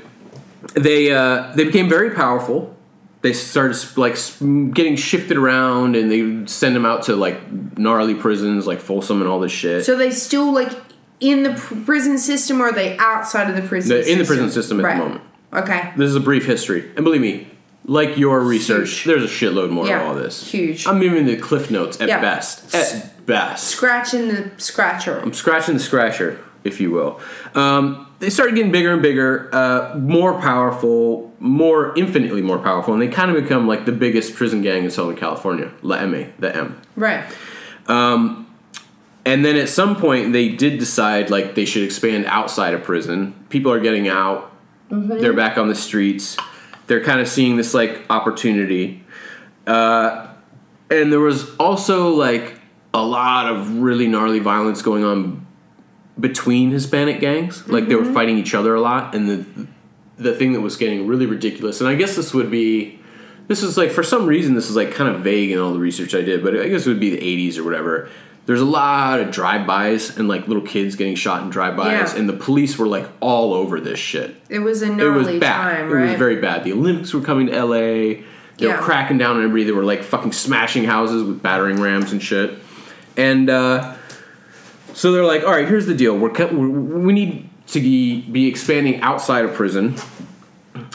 Speaker 1: they uh, they became very powerful. They started sp- like sp- getting shifted around, and they would send them out to like gnarly prisons, like Folsom and all this shit.
Speaker 2: So they still like in the pr- prison system or are they outside of the prison
Speaker 1: They're in the prison system at the moment.
Speaker 2: Okay.
Speaker 1: This is a brief history, and believe me, Like your research,
Speaker 2: Huge.
Speaker 1: there's a shitload more
Speaker 2: Yeah,
Speaker 1: of all this.
Speaker 2: huge.
Speaker 1: I'm giving the cliff notes at
Speaker 2: Yeah.
Speaker 1: best. At best.
Speaker 2: Scratching the scratcher.
Speaker 1: I'm scratching the scratcher, if you will. Um, they started getting bigger and bigger, uh, more powerful, more infinitely more powerful, and they kind of become like the biggest prison gang in Southern California, La M, the M.
Speaker 2: Right.
Speaker 1: And then at some point, they did decide like they should expand outside of prison. People are getting out; they're back on the streets. They're kind of seeing this like opportunity. Uh, and there was also like a lot of really gnarly violence going on between Hispanic gangs. Like they were fighting each other a lot, and the the thing that was getting really ridiculous. And I guess this would be. This is like for some reason this is like kind of vague in all the research I did, but I guess it would be the 80s or whatever. There's a lot of drive-bys and like little kids getting shot in drive-bys,
Speaker 2: Yeah.
Speaker 1: and the police were like all over this shit.
Speaker 2: It was a
Speaker 1: It was
Speaker 2: gnarly
Speaker 1: bad.
Speaker 2: time, right?
Speaker 1: It was very bad. The Olympics were coming to LA. They
Speaker 2: Yeah.
Speaker 1: were cracking down on everybody. They were like fucking smashing houses with battering rams and shit. And uh, so they're like, all right, here's the deal. We're cut, we we need to be, be expanding outside of prison.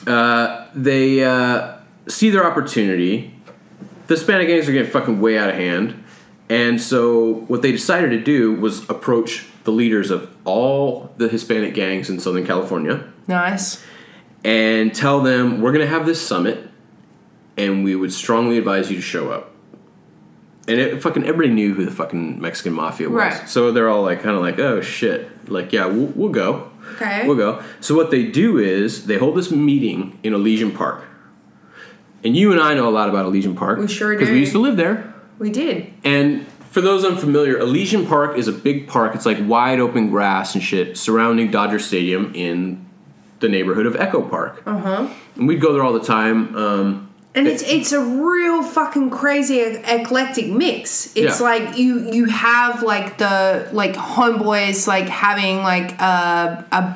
Speaker 1: Uh, they uh, see their opportunity. The Hispanic gangs are getting fucking way out of hand. And so what they decided to do was approach the leaders of all the Hispanic gangs in Southern California
Speaker 2: nice.
Speaker 1: and tell them we're going to have this summit and we would strongly advise you to show up. And it fucking everybody knew who the fucking Mexican mafia was.
Speaker 2: Right.
Speaker 1: So they're all like kind of like, "Oh shit. Like, yeah, we'll, we'll go."
Speaker 2: Okay.
Speaker 1: We'll go. So what they do is they hold this meeting in Elysian Park. And you and I know a lot about Elysian Park.
Speaker 2: We sure
Speaker 1: Because
Speaker 2: do.
Speaker 1: we used to live there.
Speaker 2: We did.
Speaker 1: And for those unfamiliar, Elysian Park is a big park. It's like wide open grass and shit surrounding Dodger Stadium in the neighborhood of Echo Park. Uh
Speaker 2: Uh-huh.
Speaker 1: huh. And we'd go there all the time. Um,
Speaker 2: And it's it's a real fucking crazy e- eclectic mix. It's
Speaker 1: Yeah.
Speaker 2: like you you have like the like homeboys like having like a a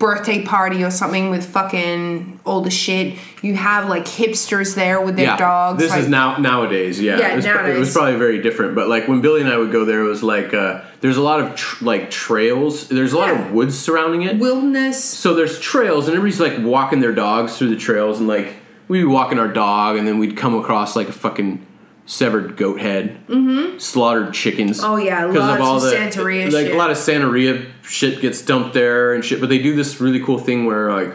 Speaker 2: birthday party or something with fucking all the shit. You have like hipsters there with their
Speaker 1: yeah,
Speaker 2: dogs.
Speaker 1: This
Speaker 2: like,
Speaker 1: is now nowadays. Yeah,
Speaker 2: Yeah,
Speaker 1: it, was, pro- it was
Speaker 2: nowadays.
Speaker 1: probably very different. But like when Billy and I would go there, it was like uh, there's a lot of tr- like trails. There's a lot
Speaker 2: Yeah.
Speaker 1: of woods surrounding it.
Speaker 2: wilderness.
Speaker 1: so there's trails and everybody's like walking their dogs through the trails and like we'd be walking our dog and then we'd come across like a fucking severed goat head mm-hmm. slaughtered chickens
Speaker 2: Oh, yeah,
Speaker 1: 'Cause
Speaker 2: lots of Santeria
Speaker 1: like
Speaker 2: shit.
Speaker 1: a lot of santeria shit gets dumped there and shit but they do this really cool thing where like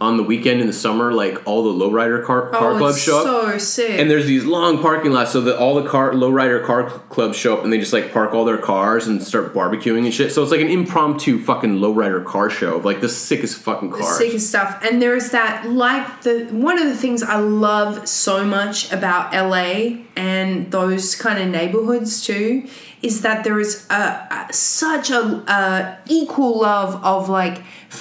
Speaker 1: on the weekend in the summer like all the lowrider car, car
Speaker 2: oh,
Speaker 1: clubs
Speaker 2: it's
Speaker 1: show up
Speaker 2: so sick.
Speaker 1: and there's these long parking lots, so that all the car lowrider car cl- clubs show up and they just like park all their cars and start barbecuing and shit. So it's like an impromptu fucking lowrider car show of like the sickest fucking
Speaker 2: the
Speaker 1: cars.
Speaker 2: sickest stuff. And there's that like the one of the things I love so much about LA and those kind of neighborhoods too is that there is a, a such a, a equal love of like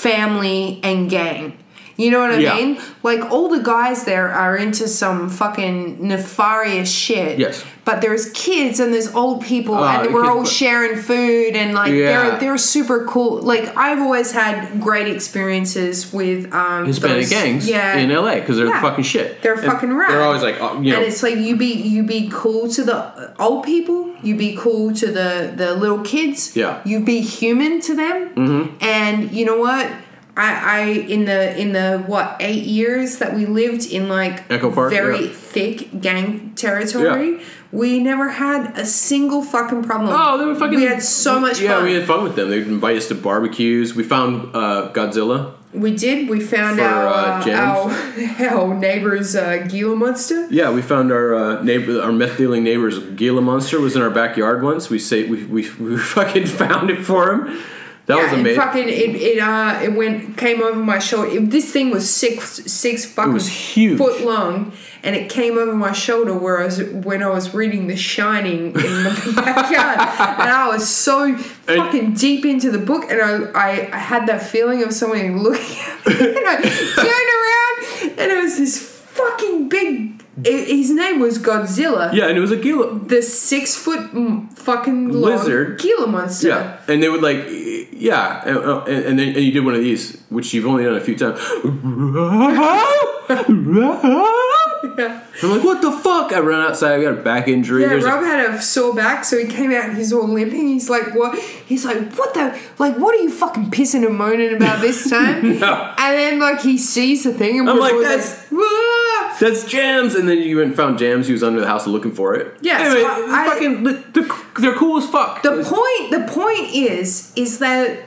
Speaker 2: family and gang. You know what I
Speaker 1: Yeah.
Speaker 2: mean? Like all the guys there are into some fucking nefarious shit.
Speaker 1: Yes.
Speaker 2: But there's kids and there's old people
Speaker 1: Ah,
Speaker 2: and
Speaker 1: the
Speaker 2: we're
Speaker 1: kids-
Speaker 2: all sharing food and like
Speaker 1: Yeah.
Speaker 2: they're they're super cool. Like I've always had great experiences with um
Speaker 1: Hispanic
Speaker 2: those-
Speaker 1: gangs
Speaker 2: Yeah,
Speaker 1: in LA because they're
Speaker 2: Yeah.
Speaker 1: fucking shit.
Speaker 2: They're
Speaker 1: And
Speaker 2: fucking rad.
Speaker 1: They're always like, uh, you know,
Speaker 2: And it's like you be you be cool to the uh, old people, you be cool to the the little kids.
Speaker 1: Yeah. Mm-hmm.
Speaker 2: you be human to them. And you know what? I, I in the in the what eight years that we lived in like
Speaker 1: Echo Park,
Speaker 2: very
Speaker 1: yeah.
Speaker 2: thick gang territory,
Speaker 1: Yeah.
Speaker 2: we never had a single fucking problem.
Speaker 1: oh, they were fucking.
Speaker 2: We had so much
Speaker 1: Yeah,
Speaker 2: fun.
Speaker 1: we had fun with them. They'd invite us to barbecues. We found uh, Godzilla.
Speaker 2: We did. We found
Speaker 1: For,
Speaker 2: our,
Speaker 1: uh,
Speaker 2: uh,
Speaker 1: jams?
Speaker 2: our our neighbor's uh, Gila monster.
Speaker 1: Yeah, we found our uh, neighbor, our meth dealing neighbor's Gila monster was in our backyard once. We say we, we, we fucking found it for him. That was
Speaker 2: Yeah, it
Speaker 1: amazing.
Speaker 2: Fucking it, it uh it went came over my shoulder. It, this thing was six six fucking
Speaker 1: was huge.
Speaker 2: foot long, and it came over my shoulder where I was when I was reading The Shining in the backyard, and I was so fucking deep into the book, and I, I I had that feeling of somebody looking at me, and I turned around, and it was this fucking big. It, his name was Godzilla.
Speaker 1: Yeah, and it was a Gila.
Speaker 2: the six foot m- fucking long
Speaker 1: Lizard.
Speaker 2: Gila monster.
Speaker 1: Yeah, and they would like, yeah, and, uh, and, and then and you did one of these, which you've only done a few times. I'm
Speaker 2: Yeah.
Speaker 1: like, what the fuck? I ran outside. I got a back injury.
Speaker 2: Yeah,
Speaker 1: There's a-
Speaker 2: Rob had a sore back, so he came out. He's all limping. He's like, "What?" He's like, "What the? Like, what are you fucking pissing and moaning about this time?"
Speaker 1: No.
Speaker 2: And then like he sees the thing, and
Speaker 1: I'm
Speaker 2: we're
Speaker 1: like,
Speaker 2: all
Speaker 1: "That's-
Speaker 2: "Whoa!"
Speaker 1: That's Jams, and then you went and found Jams. He was under the house looking for it.
Speaker 2: Yes,
Speaker 1: anyway,
Speaker 2: I- I-
Speaker 1: fucking, they're, they're cool as fuck.
Speaker 2: The point the point is is that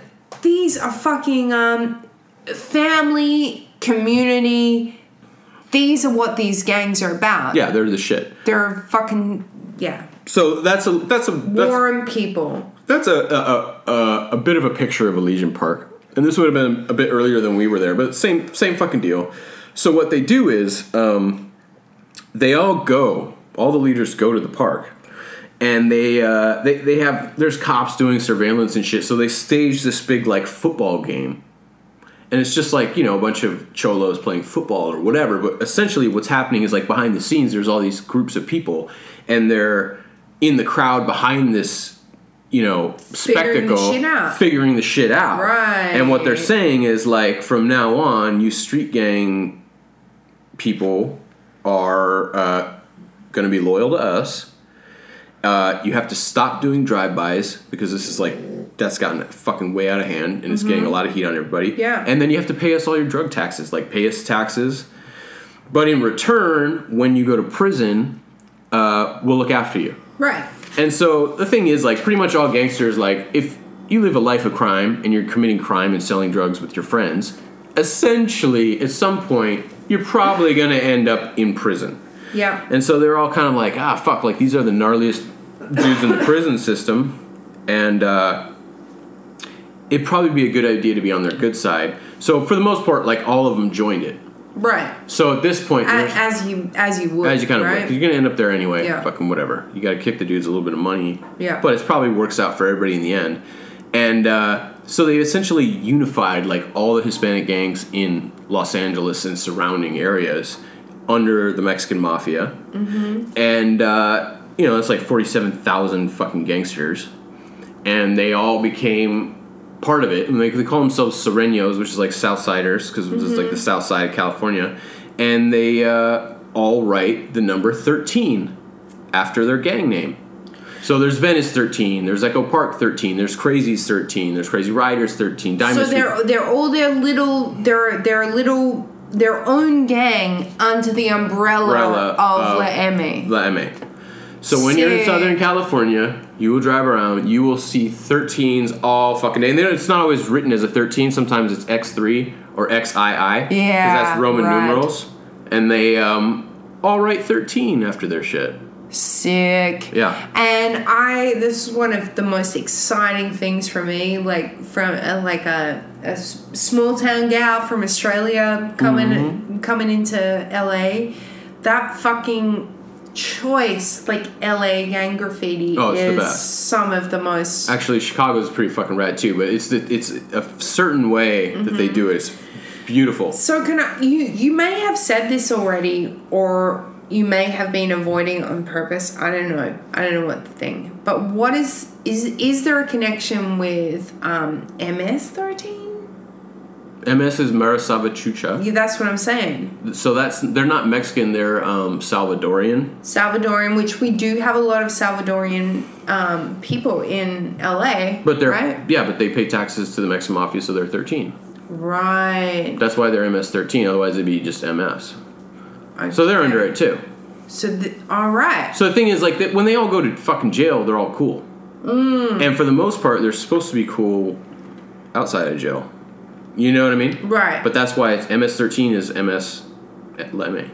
Speaker 2: these are fucking um family community these are what these gangs are about.
Speaker 1: yeah, they're the shit.
Speaker 2: They're fucking yeah.
Speaker 1: So that's a that's a that's,
Speaker 2: Warm people.
Speaker 1: That's a a, a a a bit of a picture of Elysian Park, and this would have been a bit earlier than we were there, but same same fucking deal. So what they do is um, they all go, all the leaders go to the park, and they uh, they they have there's cops doing surveillance and shit. So they stage this big like football game. And it's just like, you know, a bunch of cholos playing football or whatever, but essentially what's happening is like behind the scenes there's all these groups of people and they're in the crowd behind this, you know,
Speaker 2: Figuring the
Speaker 1: spectacle
Speaker 2: shit out.
Speaker 1: figuring the shit out.
Speaker 2: Right.
Speaker 1: And what they're saying is like from now on you street gang people are uh, going to be loyal to us. Uh, you have to stop doing drive-bys because this is like that's gotten fucking way out of hand and it's getting a lot of heat on everybody.
Speaker 2: Mm-hmm. Yeah.
Speaker 1: And then you have to pay us all your drug taxes, like pay us taxes. But in return, when you go to prison, uh, we'll look after you.
Speaker 2: Right.
Speaker 1: And so the thing is, like, pretty much all gangsters, like, if you live a life of crime and you're committing crime and selling drugs with your friends, essentially, at some point, you're probably going to end up in prison.
Speaker 2: Yeah.
Speaker 1: And so they're all kind of like, ah, fuck, like, these are the gnarliest dudes in the prison system. And uh, it'd probably be a good idea to be on their good side. So for the most part, like, all of them joined it.
Speaker 2: Right.
Speaker 1: So at this point,
Speaker 2: A-
Speaker 1: there's-
Speaker 2: As you as you would.
Speaker 1: as you kind of
Speaker 2: right?
Speaker 1: right? you're gonna end up there anyway.
Speaker 2: Yeah.
Speaker 1: Fucking whatever. You got to kick the dudes a little bit of money.
Speaker 2: Yeah.
Speaker 1: But it probably works out for everybody in the end. And uh, so they essentially unified like all the Hispanic gangs in Los Angeles and surrounding areas under the Mexican mafia. Mm-hmm. And uh, you know it's like forty-seven thousand fucking gangsters, and they all became. Part of it, and they, they call themselves Serenos, which is like Southsiders, because it's
Speaker 2: Mm-hmm.
Speaker 1: like the South Side of California, and they uh, all write the number thirteen after their gang name. So there's Venice 13, there's Echo Park 13, there's Crazies 13, there's Crazy Riders
Speaker 2: so
Speaker 1: 13, Diamond Street-
Speaker 2: they're they're all their little their their little their own gang under the umbrella,
Speaker 1: Umbrella
Speaker 2: of
Speaker 1: of-
Speaker 2: La Emmy.
Speaker 1: La MA. So when you're in
Speaker 2: Sick.
Speaker 1: Southern California, you will drive around, you will see 13s all fucking day. And they don't- it's not always written as a 13, sometimes it's X3 or XII.
Speaker 2: Yeah,
Speaker 1: that's Roman
Speaker 2: right.
Speaker 1: numerals. And they um, all write 13 after their shit.
Speaker 2: Sick.
Speaker 1: Yeah.
Speaker 2: And I this is one of the most exciting things for me, like from uh, like a, a s- small town gal from Australia coming
Speaker 1: Mm-hmm.
Speaker 2: coming into LA. That fucking choice, like LA gang graffiti,
Speaker 1: Oh, it's the
Speaker 2: is
Speaker 1: best.
Speaker 2: some of the most.
Speaker 1: Actually, Chicago's pretty fucking rad too, but it's the, it's a certain way that they do it. It's beautiful.
Speaker 2: So can I, you you may have said this already or you may have been avoiding on purpose. I don't know. I don't know what the thing. But what is is is there a connection with um MS13?
Speaker 1: MS is Marisava Chucha.
Speaker 2: Yeah, that's what I'm saying.
Speaker 1: So that's they're not Mexican, they're um, Salvadorian.
Speaker 2: Salvadorian, which we do have a lot of Salvadorian um, people in LA.
Speaker 1: But they're
Speaker 2: right.
Speaker 1: yeah, but they pay taxes to the Mexican mafia, so they're thirteen.
Speaker 2: Right.
Speaker 1: That's why they're MS thirteen. Otherwise, it'd be just MS. So they're under it too.
Speaker 2: So th- all right.
Speaker 1: So the thing is, like, that when they all go to fucking jail, they're all cool.
Speaker 2: Mm.
Speaker 1: And for the most part, they're supposed to be cool outside of jail. You know what I mean?
Speaker 2: Right.
Speaker 1: But that's why it's MS thirteen is MS. Let me.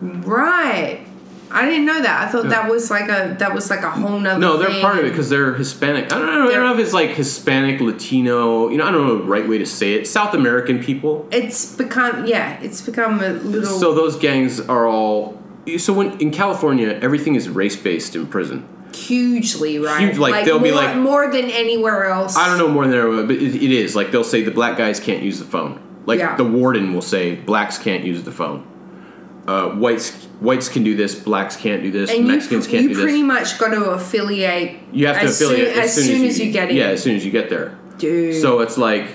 Speaker 2: right. I didn't know that. I thought that was like a that was like a whole nother
Speaker 1: No, they're
Speaker 2: thing.
Speaker 1: part of it because they're Hispanic. I don't know. I
Speaker 2: They're-
Speaker 1: don't know if it's like Hispanic, Latino. You know, I don't know the right way to say it. South American people.
Speaker 2: it's become yeah it's become a little
Speaker 1: So those gangs are all. So when in California, everything is race based in prison.
Speaker 2: hugely right
Speaker 1: Huge, like, they'll
Speaker 2: more,
Speaker 1: be like-
Speaker 2: more than anywhere else
Speaker 1: I don't know more than everyone, but it, it is like they'll say the black guys can't use the phone. Like
Speaker 2: Yeah.
Speaker 1: the warden will say blacks can't use the phone. Uh, whites whites can do this. Blacks can't do this.
Speaker 2: and you,
Speaker 1: Mexicans can't
Speaker 2: you
Speaker 1: do
Speaker 2: pretty
Speaker 1: this.
Speaker 2: much got to affiliate
Speaker 1: You have to
Speaker 2: as
Speaker 1: affiliate
Speaker 2: soon, as, soon as you, get
Speaker 1: Yeah,
Speaker 2: in
Speaker 1: as soon as you get there.
Speaker 2: dude
Speaker 1: So it's like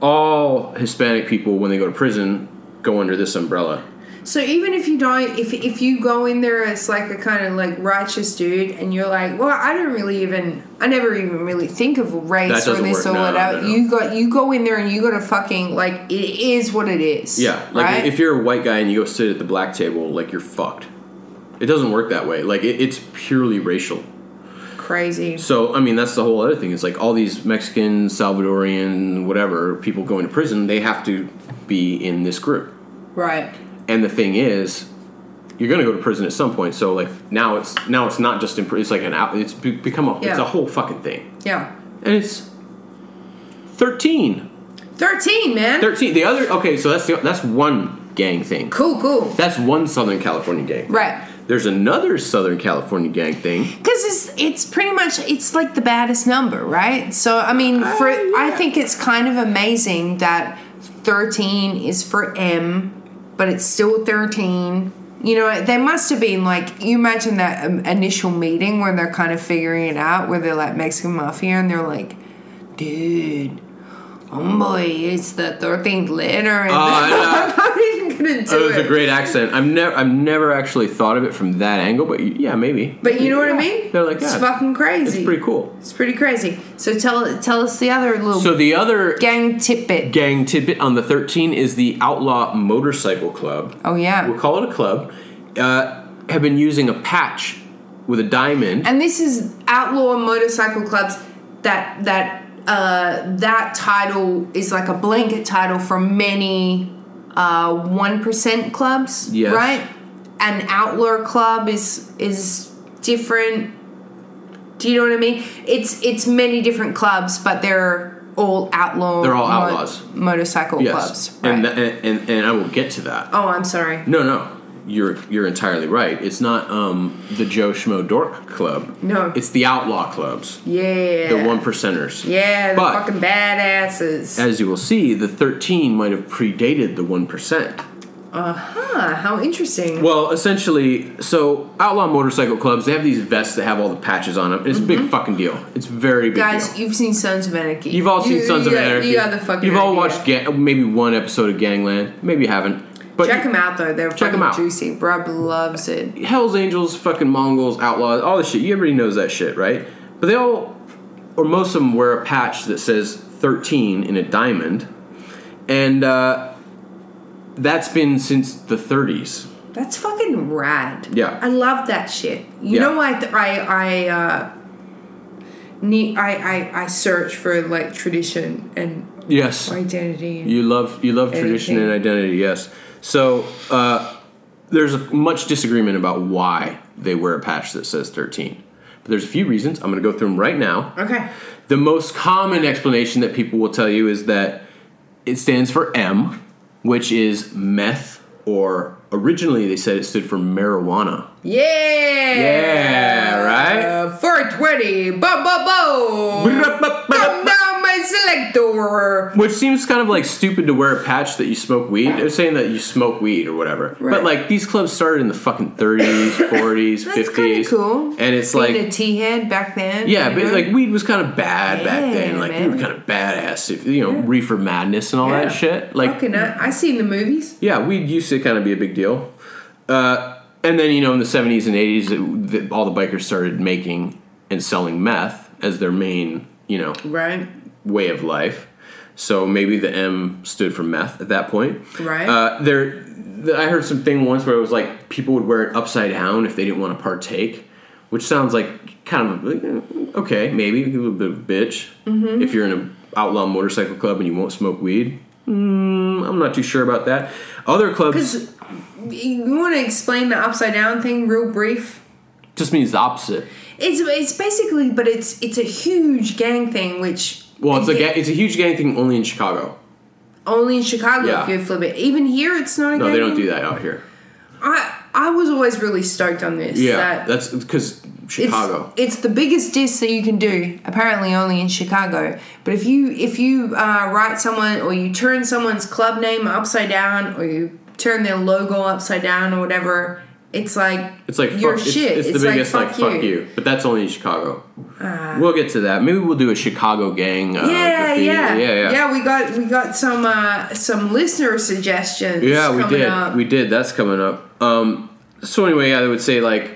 Speaker 1: all Hispanic people when they go to prison go under this umbrella.
Speaker 2: So even if you don't, if if you go in there as like a kind of like righteous dude, and you're like, well, I don't really even, I never even really think of race
Speaker 1: That
Speaker 2: or
Speaker 1: doesn't
Speaker 2: this or
Speaker 1: work. No,
Speaker 2: whatever.
Speaker 1: no, no.
Speaker 2: You got you go in there and you got to fucking like it is what it is.
Speaker 1: Yeah, like
Speaker 2: right?
Speaker 1: if you're a white guy and you go sit at the black table, like you're fucked. It doesn't work that way. Like it, it's purely racial.
Speaker 2: crazy.
Speaker 1: So I mean, that's the whole other thing. It's like all these Mexican, Salvadorian, whatever people going to prison, they have to be in this group.
Speaker 2: Right.
Speaker 1: And the thing is, you're going to go to prison at some point. So like now it's now it's not just in prison. It's like an out. It's be- become a it's
Speaker 2: Yeah.
Speaker 1: a whole fucking thing.
Speaker 2: Yeah.
Speaker 1: And it's thirteen.
Speaker 2: Thirteen, man.
Speaker 1: 13 the other okay so that's the, that's one gang thing
Speaker 2: Cool, cool.
Speaker 1: that's one southern california gang
Speaker 2: Right.
Speaker 1: there's another southern california gang thing
Speaker 2: Because it's it's pretty much it's like the baddest number, right? So I mean, for
Speaker 1: Uh,
Speaker 2: I
Speaker 1: yeah.
Speaker 2: think it's kind of amazing that thirteen is for M, but it's still thirteen. You know, they must have been like you imagine that um, initial meeting where they're kind of figuring it out, where they're like Mexican mafia, and they're like, dude. Oh boy, it's the 13th letter, and
Speaker 1: Oh, I know.
Speaker 2: I'm not even gonna do
Speaker 1: that Oh, was
Speaker 2: it.
Speaker 1: a great accent i've never i've never actually thought of it from that angle but y- yeah maybe
Speaker 2: but you know what I mean?
Speaker 1: They're like,
Speaker 2: it's
Speaker 1: yeah,
Speaker 2: fucking crazy.
Speaker 1: it's pretty cool
Speaker 2: It's pretty crazy. So tell tell us the other little
Speaker 1: so the other
Speaker 2: gang tidbit.
Speaker 1: gang tidbit on the 13 is the outlaw motorcycle club
Speaker 2: oh
Speaker 1: we'll
Speaker 2: yeah.
Speaker 1: call it a club uh, have been using a patch with a diamond
Speaker 2: And this is outlaw motorcycle clubs. That that uh, that title is like a blanket title for many one uh, percent clubs,
Speaker 1: Yes.
Speaker 2: right? An outlaw club is is different. Do you know what I mean? It's it's many different clubs, but they're all outlaw.
Speaker 1: They're all outlaws.
Speaker 2: Motorcycle
Speaker 1: yes
Speaker 2: clubs. right.
Speaker 1: and, tha- and, and and i will get to that
Speaker 2: oh, I'm sorry.
Speaker 1: No, no, you're you're entirely right. It's not um, the Joe Schmo Dork Club.
Speaker 2: No.
Speaker 1: it's the outlaw clubs,
Speaker 2: Yeah.
Speaker 1: the one percenters.
Speaker 2: Yeah, the
Speaker 1: But-
Speaker 2: fucking badasses.
Speaker 1: As you will see, the thirteen might have predated the one percent.
Speaker 2: huh, how interesting.
Speaker 1: Well, essentially, so outlaw motorcycle clubs—they have these vests that have all the patches on them. And it's a big fucking deal. It's a very big.
Speaker 2: Mm-hmm. Guys,
Speaker 1: deal.
Speaker 2: you've seen Sons of Anarchy.
Speaker 1: You've all seen
Speaker 2: You-
Speaker 1: Sons
Speaker 2: you
Speaker 1: of
Speaker 2: got-
Speaker 1: Anarchy.
Speaker 2: You got the fucking.
Speaker 1: You've all
Speaker 2: idea.
Speaker 1: watched ga- maybe one episode of Gangland. Maybe you haven't. But
Speaker 2: Check them out though; they're
Speaker 1: Check 'em
Speaker 2: fucking
Speaker 1: out.
Speaker 2: juicy. Rob loves it.
Speaker 1: Hell's Angels, fucking Mongols, Outlaws, all this shit. You Everybody knows that shit, right? But they all, or most of them, wear a patch that says 13 in a diamond. And uh, that's been since the 30s.
Speaker 2: That's fucking rad.
Speaker 1: Yeah.
Speaker 2: I love that shit. You
Speaker 1: Yeah.
Speaker 2: know, I th- I I uh, need I, I I search for like tradition and
Speaker 1: Yes.
Speaker 2: identity. and-
Speaker 1: You love you love tradition and identity, yes. So uh, there's a much disagreement about why they wear a patch that says 13. But there's a few reasons. I'm going to go through them right now.
Speaker 2: Okay.
Speaker 1: The most common explanation that people will tell you is that it stands for M, which is meth, or originally they said it stood for marijuana.
Speaker 2: Yeah.
Speaker 1: Yeah, right?
Speaker 2: Uh, 420. Bo bo bo. Come down my selector.
Speaker 1: Which seems kind of like stupid to wear a patch that you smoke weed. They're saying that you smoke weed or whatever.
Speaker 2: Right.
Speaker 1: But like these clubs started in the fucking 30s, 40s,
Speaker 2: That's
Speaker 1: 50s.
Speaker 2: kinda cool.
Speaker 1: And it's
Speaker 2: Being
Speaker 1: like
Speaker 2: a tea head back then.
Speaker 1: Yeah,
Speaker 2: you
Speaker 1: but
Speaker 2: know?
Speaker 1: like weed was kind of bad back then.
Speaker 2: Yeah,
Speaker 1: Like
Speaker 2: man.
Speaker 1: you were kind of badass, if, you know, reefer madness and all
Speaker 2: Yeah.
Speaker 1: that shit. Like
Speaker 2: Fucking, I, I seen the movies.
Speaker 1: yeah, weed used to kind of be a big deal. Uh, and then, you know, in the 70s and 80s, it, the, all the bikers started making and selling meth as their main, you know,
Speaker 2: Right.
Speaker 1: way of life. So maybe the M stood for meth at that point.
Speaker 2: Right.
Speaker 1: Uh, there, th- I heard some thing once where it was like people would wear it upside down if they didn't want to partake, which sounds like kind of like, eh, okay, maybe a little bit of a bitch.
Speaker 2: Mm-hmm.
Speaker 1: If you're in an outlaw motorcycle club and you won't smoke weed, mm, I'm not too sure about that. Other clubs
Speaker 2: Because you want to explain the upside down thing real brief.
Speaker 1: just means the opposite.
Speaker 2: It's it's basically, but it's it's a huge gang thing, which
Speaker 1: Well, it's a ga- it's a huge gang thing only in Chicago.
Speaker 2: only in Chicago
Speaker 1: Yeah.
Speaker 2: if you flip it. Even here, it's not. A
Speaker 1: No,
Speaker 2: gang
Speaker 1: they don't
Speaker 2: thing.
Speaker 1: do that out here.
Speaker 2: I I was always really stoked on this.
Speaker 1: Yeah,
Speaker 2: that
Speaker 1: that's because
Speaker 2: it's,
Speaker 1: Chicago.
Speaker 2: It's the biggest diss that you can do, apparently only in Chicago. But if you if you uh, write someone or you turn someone's club name upside down or you turn their logo upside down or whatever, it's like
Speaker 1: It's like
Speaker 2: your
Speaker 1: fuck, it's-
Speaker 2: shit.
Speaker 1: It's, the biggest like, fuck,
Speaker 2: you. Ah.
Speaker 1: you. but that's only in Chicago. we'll get to that. Maybe we'll do a Chicago gang. Uh,
Speaker 2: Yeah,
Speaker 1: graffiti.
Speaker 2: yeah,
Speaker 1: yeah, yeah,
Speaker 2: We got we got some uh, some listener suggestions.
Speaker 1: Yeah, we
Speaker 2: coming
Speaker 1: did.
Speaker 2: Up.
Speaker 1: We did. That's coming up. Um, so anyway, yeah, they would say like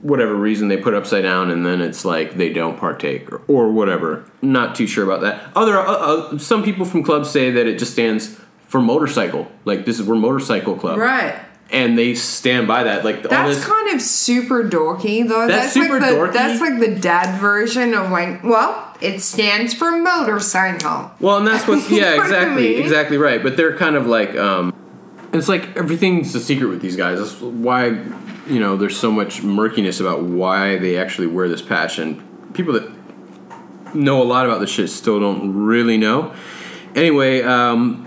Speaker 1: whatever reason they put it upside down, and then it's like they don't partake or, or whatever. Not too sure about that. Other uh, uh, some people from clubs say that it just stands for motorcycle. Like this is we're motorcycle club,
Speaker 2: right.
Speaker 1: and they stand by that. Like all
Speaker 2: That's
Speaker 1: this.
Speaker 2: kind of super dorky though.
Speaker 1: That's super
Speaker 2: like the,
Speaker 1: dorky.
Speaker 2: That's like the dad version of like, well, it stands for motorcycle.
Speaker 1: Well, and that's what's
Speaker 2: You know
Speaker 1: yeah,
Speaker 2: what I
Speaker 1: exactly,
Speaker 2: mean?
Speaker 1: exactly right. But they're kind of like um, it's like everything's a secret with these guys. That's why you know there's so much murkiness about why they actually wear this patch, and people that know a lot about this shit still don't really know. Anyway, um,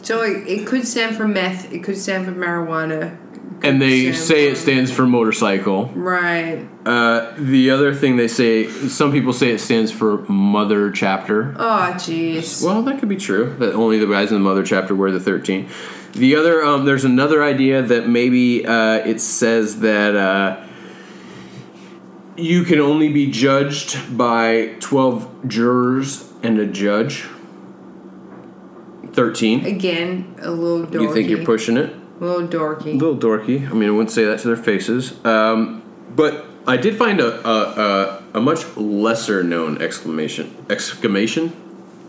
Speaker 2: So it, it could stand for meth. It could stand for marijuana.
Speaker 1: and they
Speaker 2: Sure.
Speaker 1: say it stands for motorcycle.
Speaker 2: Right.
Speaker 1: Uh, the other thing they say, some people say it stands for mother chapter.
Speaker 2: Oh, jeez.
Speaker 1: Well, that could be true. That only the guys in the mother chapter wear the thirteen. The other, um, there's another idea that maybe uh, it says that uh, you can only be judged by twelve jurors and a judge. Thirteen.
Speaker 2: Again, a little dorky.
Speaker 1: You think you're pushing it?
Speaker 2: A little dorky.
Speaker 1: A little dorky. I mean, I wouldn't say that to their faces. Um, but I did find a a, a, a much lesser known exclamation exclamation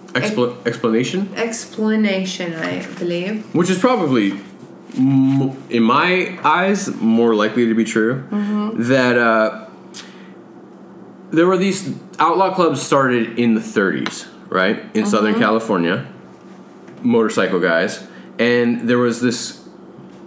Speaker 1: Expla- explanation
Speaker 2: Explanation, I believe.
Speaker 1: which is probably m- in my eyes more likely to be true
Speaker 2: Mm-hmm.
Speaker 1: that uh, there were these outlaw clubs started in the 30s right in southern
Speaker 2: Mm-hmm.
Speaker 1: california motorcycle guys and there was this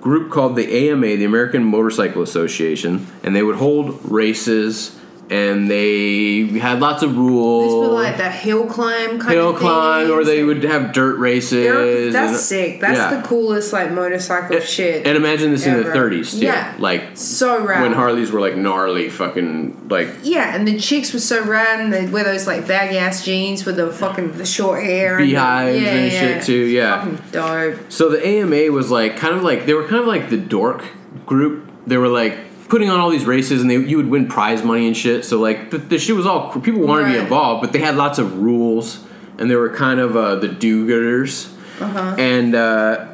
Speaker 1: group called the ama the american motorcycle association and they would hold races and they had lots of rules
Speaker 2: These were like the hill climb kind
Speaker 1: hill
Speaker 2: of
Speaker 1: climb or
Speaker 2: things.
Speaker 1: they would have dirt races
Speaker 2: They're-
Speaker 1: and-
Speaker 2: That's sick. That's
Speaker 1: Yeah.
Speaker 2: the coolest like motorcycle shit.
Speaker 1: And imagine this in the
Speaker 2: ever.
Speaker 1: 30s, too.
Speaker 2: Yeah.
Speaker 1: Like
Speaker 2: so rad.
Speaker 1: when Harleys were like gnarly, fucking like.
Speaker 2: yeah, and the chicks were so rad, and they wear those like baggy ass jeans with the fucking the short hair, and the-
Speaker 1: Beehives and shit, too, yeah.
Speaker 2: fucking dope.
Speaker 1: So the AMA was like kind of like they were kind of like the dork group. They were like putting on all these races, and they you would win prize money and shit. So like the, the shit was all people wanted to be
Speaker 2: Right.
Speaker 1: involved, but they had lots of rules, and they were kind of uh, the do-gooders.
Speaker 2: Uh-huh.
Speaker 1: And uh,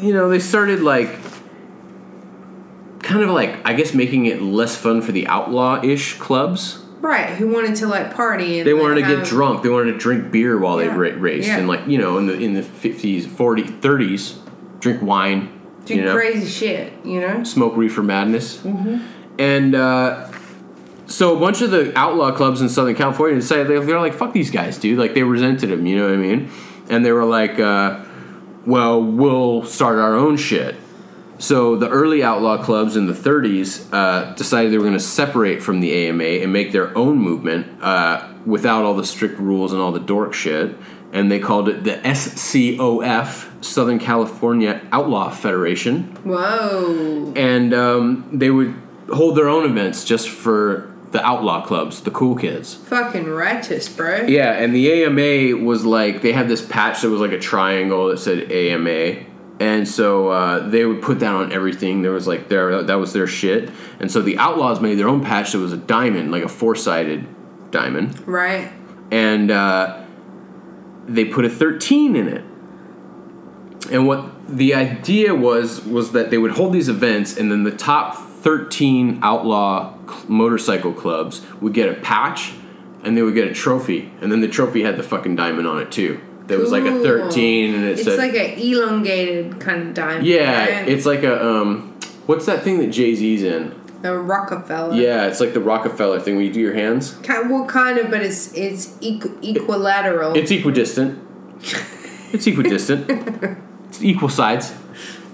Speaker 1: you know they started like kind of like I guess making it less fun for the outlaw-ish clubs.
Speaker 2: Right? Who wanted to like party? And
Speaker 1: They
Speaker 2: like,
Speaker 1: wanted to get
Speaker 2: have-
Speaker 1: drunk. They wanted to drink beer while
Speaker 2: Yeah.
Speaker 1: they ra- raced,
Speaker 2: Yeah.
Speaker 1: and like you know, in the in the fifties, 40s, thirties, drink wine,
Speaker 2: do
Speaker 1: you know,
Speaker 2: crazy shit. You know?
Speaker 1: smoke reefer madness, and uh, so a bunch of the outlaw clubs in Southern California decided they, they were like, "Fuck these guys, dude!" Like they resented them. You know what I mean? And they were like, uh, "Well, we'll start our own shit." So the early outlaw clubs in the 30s uh, decided they were going to separate from the AMA and make their own movement uh, without all the strict rules and all the dork shit. And they called it the SCOF, Southern California Outlaw Federation.
Speaker 2: Whoa!
Speaker 1: And um, they would hold their own events just for the outlaw clubs, the cool kids.
Speaker 2: Fucking righteous, bro.
Speaker 1: Yeah, and the AMA was like they had this patch that was like a triangle that said AMA, and so uh, they would put that on everything. There was like their that was their shit, and so the Outlaws made their own patch that was a diamond, like a four sided diamond,
Speaker 2: Right?
Speaker 1: and uh, they put a thirteen in it. And what the idea was was that they would hold these events, and then the top thirteen outlaw cl- motorcycle clubs would get a patch, and they would get a trophy, and then the trophy had the fucking diamond on it too. There was like a
Speaker 2: Cool.
Speaker 1: thirteen, and it
Speaker 2: It's
Speaker 1: said,
Speaker 2: like an elongated kind of diamond.
Speaker 1: yeah,
Speaker 2: right?
Speaker 1: it's like a um, what's that thing that Jay Z's in?
Speaker 2: the Rockefeller.
Speaker 1: Yeah, it's like the Rockefeller thing where you do your hands.
Speaker 2: Kind, well, kind of, but it's it's equ- equilateral.
Speaker 1: It's equidistant. It's equidistant. it's equal sides.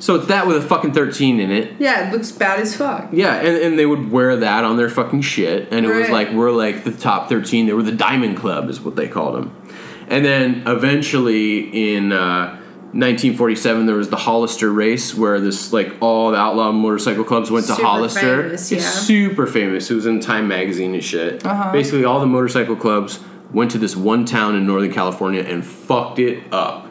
Speaker 1: So it's that with a fucking 13 in it.
Speaker 2: yeah, it looks bad as fuck.
Speaker 1: Yeah, and, and they would wear that on their fucking shit. And it was
Speaker 2: Right.
Speaker 1: like, we're like the top 13. They were the Diamond Club, is what they called them. And then eventually in uh, 1947, there was the Hollister race where this, like, all the outlaw motorcycle clubs went to
Speaker 2: Super
Speaker 1: Hollister.
Speaker 2: famous,
Speaker 1: It's
Speaker 2: yeah. Uh-huh.
Speaker 1: super famous. It was in Time magazine and shit. Basically, all the motorcycle clubs went to this one town in Northern California and fucked it up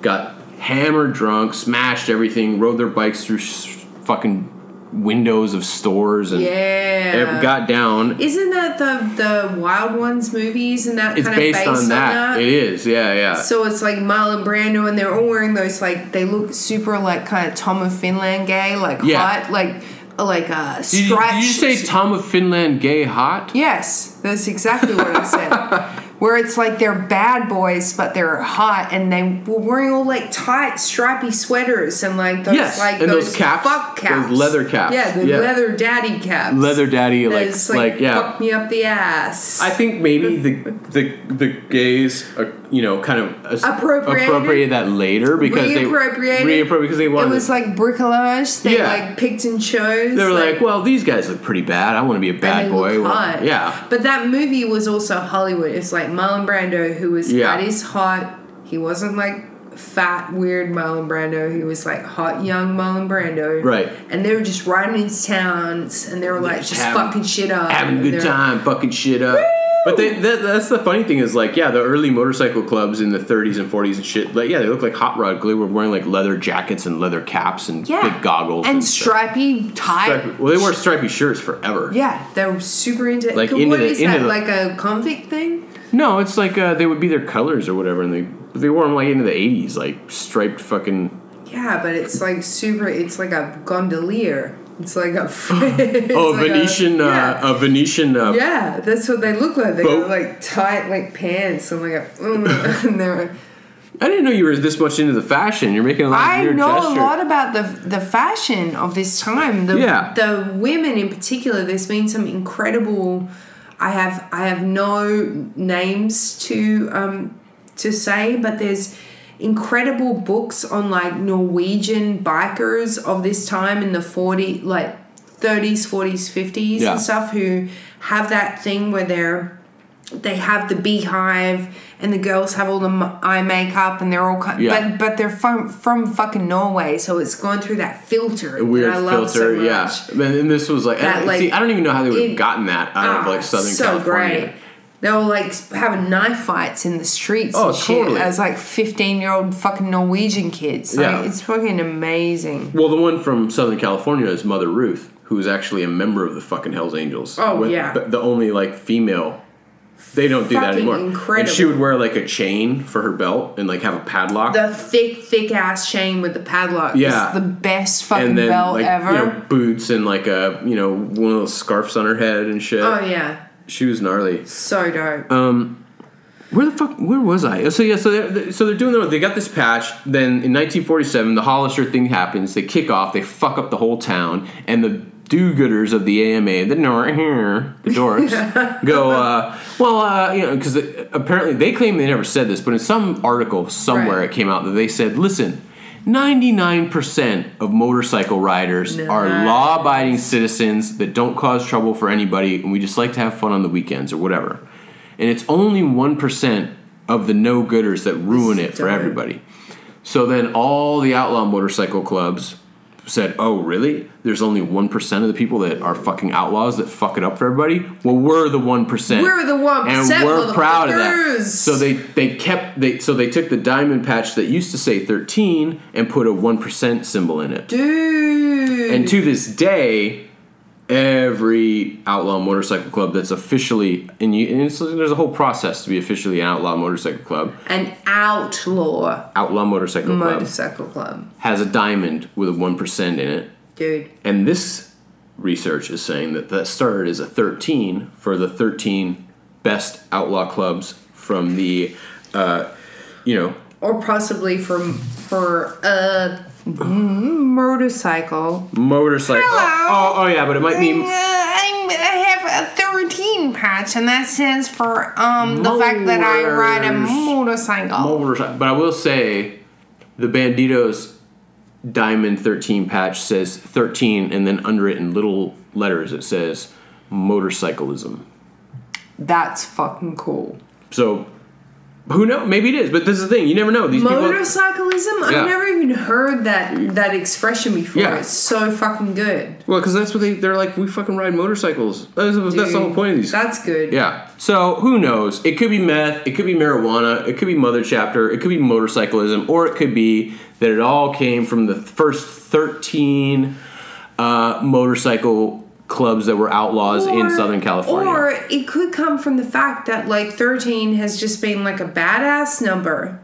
Speaker 1: got hammered drunk, smashed everything, rode their bikes through s fucking windows of stores and
Speaker 2: Yeah.
Speaker 1: it got down.
Speaker 2: Isn't that the the Wild Ones movies and that
Speaker 1: It's
Speaker 2: kind of
Speaker 1: based on that. It is, yeah, yeah.
Speaker 2: So it's like Marlon Brando, and they're all wearing those like they look super like kind of Tom of Finland gay, like
Speaker 1: Yeah.
Speaker 2: hot, like like uh
Speaker 1: did, you, did
Speaker 2: scratch.
Speaker 1: you say Tom of Finland gay hot?
Speaker 2: Yes, that's exactly what I said. Where it's like they're bad boys, but they're hot, and they were wearing all like tight, stripy sweaters and like those
Speaker 1: Yes,
Speaker 2: like
Speaker 1: and those
Speaker 2: those,
Speaker 1: caps,
Speaker 2: fuck caps,
Speaker 1: those leather caps,
Speaker 2: yeah, the
Speaker 1: yeah.
Speaker 2: leather daddy caps,
Speaker 1: Leather daddy, like,
Speaker 2: Those,
Speaker 1: like, yeah.
Speaker 2: fuck me up the ass.
Speaker 1: I think maybe the the the gays, uh, you know, kind of as-
Speaker 2: Appropriated?
Speaker 1: appropriated that later because they
Speaker 2: Reappropriated?
Speaker 1: reappropriated because they
Speaker 2: it
Speaker 1: wanted.
Speaker 2: was like bricolage. They
Speaker 1: Yeah.
Speaker 2: like picked and chose.
Speaker 1: they were like, well, these guys look pretty bad. I want to be a bad
Speaker 2: and they
Speaker 1: boy.
Speaker 2: look
Speaker 1: Well,
Speaker 2: hot.
Speaker 1: yeah,
Speaker 2: But that movie was also Hollywood. It's like Marlon Brando, who was
Speaker 1: Yeah.
Speaker 2: at his hot. He wasn't like fat, weird Marlon Brando. He was like hot, young Marlon Brando.
Speaker 1: Right.
Speaker 2: And they were just riding into towns, and they were like
Speaker 1: just
Speaker 2: just,
Speaker 1: having-
Speaker 2: fucking shit up,
Speaker 1: having a
Speaker 2: and
Speaker 1: good
Speaker 2: Um, they're-
Speaker 1: time, fucking shit up. But they, that, that's the funny thing is like, yeah, the early motorcycle clubs in the 30s and 40s and shit, like, yeah, they look like hot rod glue. Were wearing like leather jackets and leather caps and
Speaker 2: Yeah.
Speaker 1: big goggles
Speaker 2: and
Speaker 1: stuff.
Speaker 2: stripy tie.
Speaker 1: Stripy- Well, they wore stripy shirts forever.
Speaker 2: Yeah, they were super into.
Speaker 1: Like,
Speaker 2: what
Speaker 1: into the-
Speaker 2: is
Speaker 1: into
Speaker 2: that?
Speaker 1: the-
Speaker 2: like a convict thing?
Speaker 1: No, it's like uh, they would be their colors or whatever, and they they wore them like into the 80s, like striped fucking.
Speaker 2: Yeah, but it's like super. It's like a gondolier. It's like a. it's
Speaker 1: Oh,
Speaker 2: like a-
Speaker 1: Venetian,
Speaker 2: yeah.
Speaker 1: uh, a Venetian. Uh,
Speaker 2: Yeah, that's what they look like. They
Speaker 1: Boat.
Speaker 2: got like tight like pants and like a, mm, and they're.
Speaker 1: I didn't know you were this much into the fashion. You're making a lot of
Speaker 2: I
Speaker 1: weird
Speaker 2: know a
Speaker 1: gesture.
Speaker 2: lot about the the fashion of this time. The,
Speaker 1: Yeah.
Speaker 2: the women in particular. There's been some incredible. I have I have no names to um to say, but there's incredible books on like Norwegian bikers of this time in the forty like thirties, forties, fifties
Speaker 1: Yeah.
Speaker 2: and stuff who have that thing where they're they have the beehive and the girls have all the m- eye makeup and they're all kind
Speaker 1: Yeah.
Speaker 2: but but they're from from fucking Norway so it's going through that filter
Speaker 1: A weird
Speaker 2: that I love so
Speaker 1: filter,
Speaker 2: much.
Speaker 1: yeah. And, and this was like,
Speaker 2: That,
Speaker 1: I,
Speaker 2: like,
Speaker 1: see, I don't even know how they would
Speaker 2: it-
Speaker 1: have gotten that out of
Speaker 2: Ah,
Speaker 1: like Southern
Speaker 2: so
Speaker 1: California.
Speaker 2: great they were like s- having knife fights in the streets
Speaker 1: Oh,
Speaker 2: and shit
Speaker 1: totally.
Speaker 2: as like 15 year old fucking Norwegian kids like,
Speaker 1: Yeah.
Speaker 2: it's fucking amazing
Speaker 1: Well, the one from Southern California is Mother Ruth, who is actually a member of the fucking Hell's Angels.
Speaker 2: Oh,
Speaker 1: With-
Speaker 2: yeah.
Speaker 1: but the only like female. They don't do that
Speaker 2: Fucking
Speaker 1: anymore. And she
Speaker 2: incredible.
Speaker 1: would wear like a chain for her belt and like have a padlock.
Speaker 2: the thick thick ass chain with the padlock
Speaker 1: Yeah.
Speaker 2: is the best fucking
Speaker 1: and then
Speaker 2: belt
Speaker 1: like
Speaker 2: ever
Speaker 1: you know boots and like a you know one of those scarves on her head and shit.
Speaker 2: oh yeah
Speaker 1: She was gnarly.
Speaker 2: so dope
Speaker 1: Um, Where the fuck? Where was I? So yeah, so they're, so they're doing their. They got this patch. Then in 1947, the Hollister thing happens. They kick off. They fuck up the whole town. And the do-gooders of the AMA, the nor the dorks, go. Uh, well, uh, you know, because apparently they claim they never said this, but in some article somewhere
Speaker 2: Right.
Speaker 1: it came out that they said, listen. 99% of motorcycle riders are
Speaker 2: Nice.
Speaker 1: law abiding citizens that don't cause trouble for anybody, and we just like to have fun on the weekends or whatever. And it's only 1% of the no gooders that ruin it for
Speaker 2: Darn.
Speaker 1: everybody. So then all the outlaw motorcycle clubs said, Oh, really? There's only 1% of the people that are fucking outlaws that fuck it up for everybody? Well, we're the 1%.
Speaker 2: We're the 1%,
Speaker 1: And we're proud of that.
Speaker 2: motherfuckers.
Speaker 1: So they, they kept, they so they took the diamond patch that used to say 13 and put a 1% symbol in it.
Speaker 2: dude
Speaker 1: And to this day, every outlaw motorcycle club that's officially and, you, and it's, there's a whole process to be officially an outlaw motorcycle club.
Speaker 2: an outlaw
Speaker 1: Outlaw motorcycle club
Speaker 2: motorcycle club.
Speaker 1: has a diamond with a one percent in it,
Speaker 2: Dude,
Speaker 1: and this research is saying that that started as a 13 for the 13 best outlaw clubs from the, uh, you know,
Speaker 2: or possibly from for a motorcycle.
Speaker 1: motorcycle.
Speaker 2: Hello.
Speaker 1: Oh, oh yeah, but it might
Speaker 2: I'm,
Speaker 1: be.
Speaker 2: I have a 13 patch, and that stands for um the fact that I ride a
Speaker 1: Motors.
Speaker 2: motorcycle.
Speaker 1: motorcycle. But I will say, the Banditos Diamond 13 patch says 13, and then under it in little letters it says motorcyclism.
Speaker 2: That's fucking cool.
Speaker 1: So, who knows? Maybe it is, but this is the thing. You never know. These people.
Speaker 2: Motorcyclism?
Speaker 1: Yeah.
Speaker 2: I've never even heard that that expression before.
Speaker 1: Yeah.
Speaker 2: It's so fucking good.
Speaker 1: Well, because that's what they, they're like, we fucking ride motorcycles. That's, that's the whole
Speaker 2: Dude,
Speaker 1: point of these.
Speaker 2: That's good.
Speaker 1: Yeah. So who knows? It could be meth, it could be marijuana, it could be mother chapter, it could be motorcyclism, or it could be that it all came from the first 13 uh, motorcycle clubs that were outlaws in Southern California.
Speaker 2: Or it could come from the fact that like 13 has just been like a badass number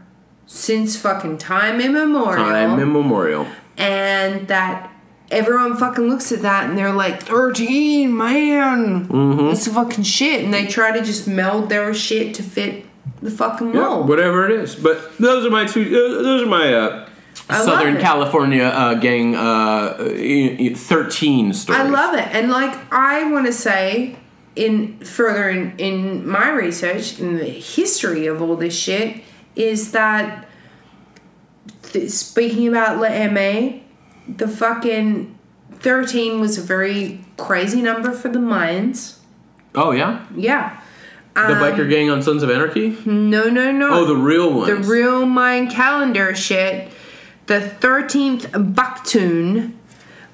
Speaker 2: since fucking time immemorial.
Speaker 1: Time immemorial.
Speaker 2: and that everyone fucking looks at that and they're like 13 man
Speaker 1: Mm-hmm.
Speaker 2: it's fucking shit and they try to just meld their shit to fit the fucking
Speaker 1: Yeah,
Speaker 2: mold
Speaker 1: whatever it is. But those are my two. uh, Those are my uh,
Speaker 2: I love
Speaker 1: Southern
Speaker 2: it.
Speaker 1: California uh, gang uh, e- e- thirteen stories.
Speaker 2: I love it. And like I want to say in further in, in my research in the history of all this shit is that th- speaking about La MA, the fucking 13 was a very crazy number for the mines.
Speaker 1: Oh yeah,
Speaker 2: Yeah.
Speaker 1: the biker gang on Sons of Anarchy.
Speaker 2: No, no, no.
Speaker 1: Oh, the real ones.
Speaker 2: Um, the real mine calendar shit, the 13th Bakhtun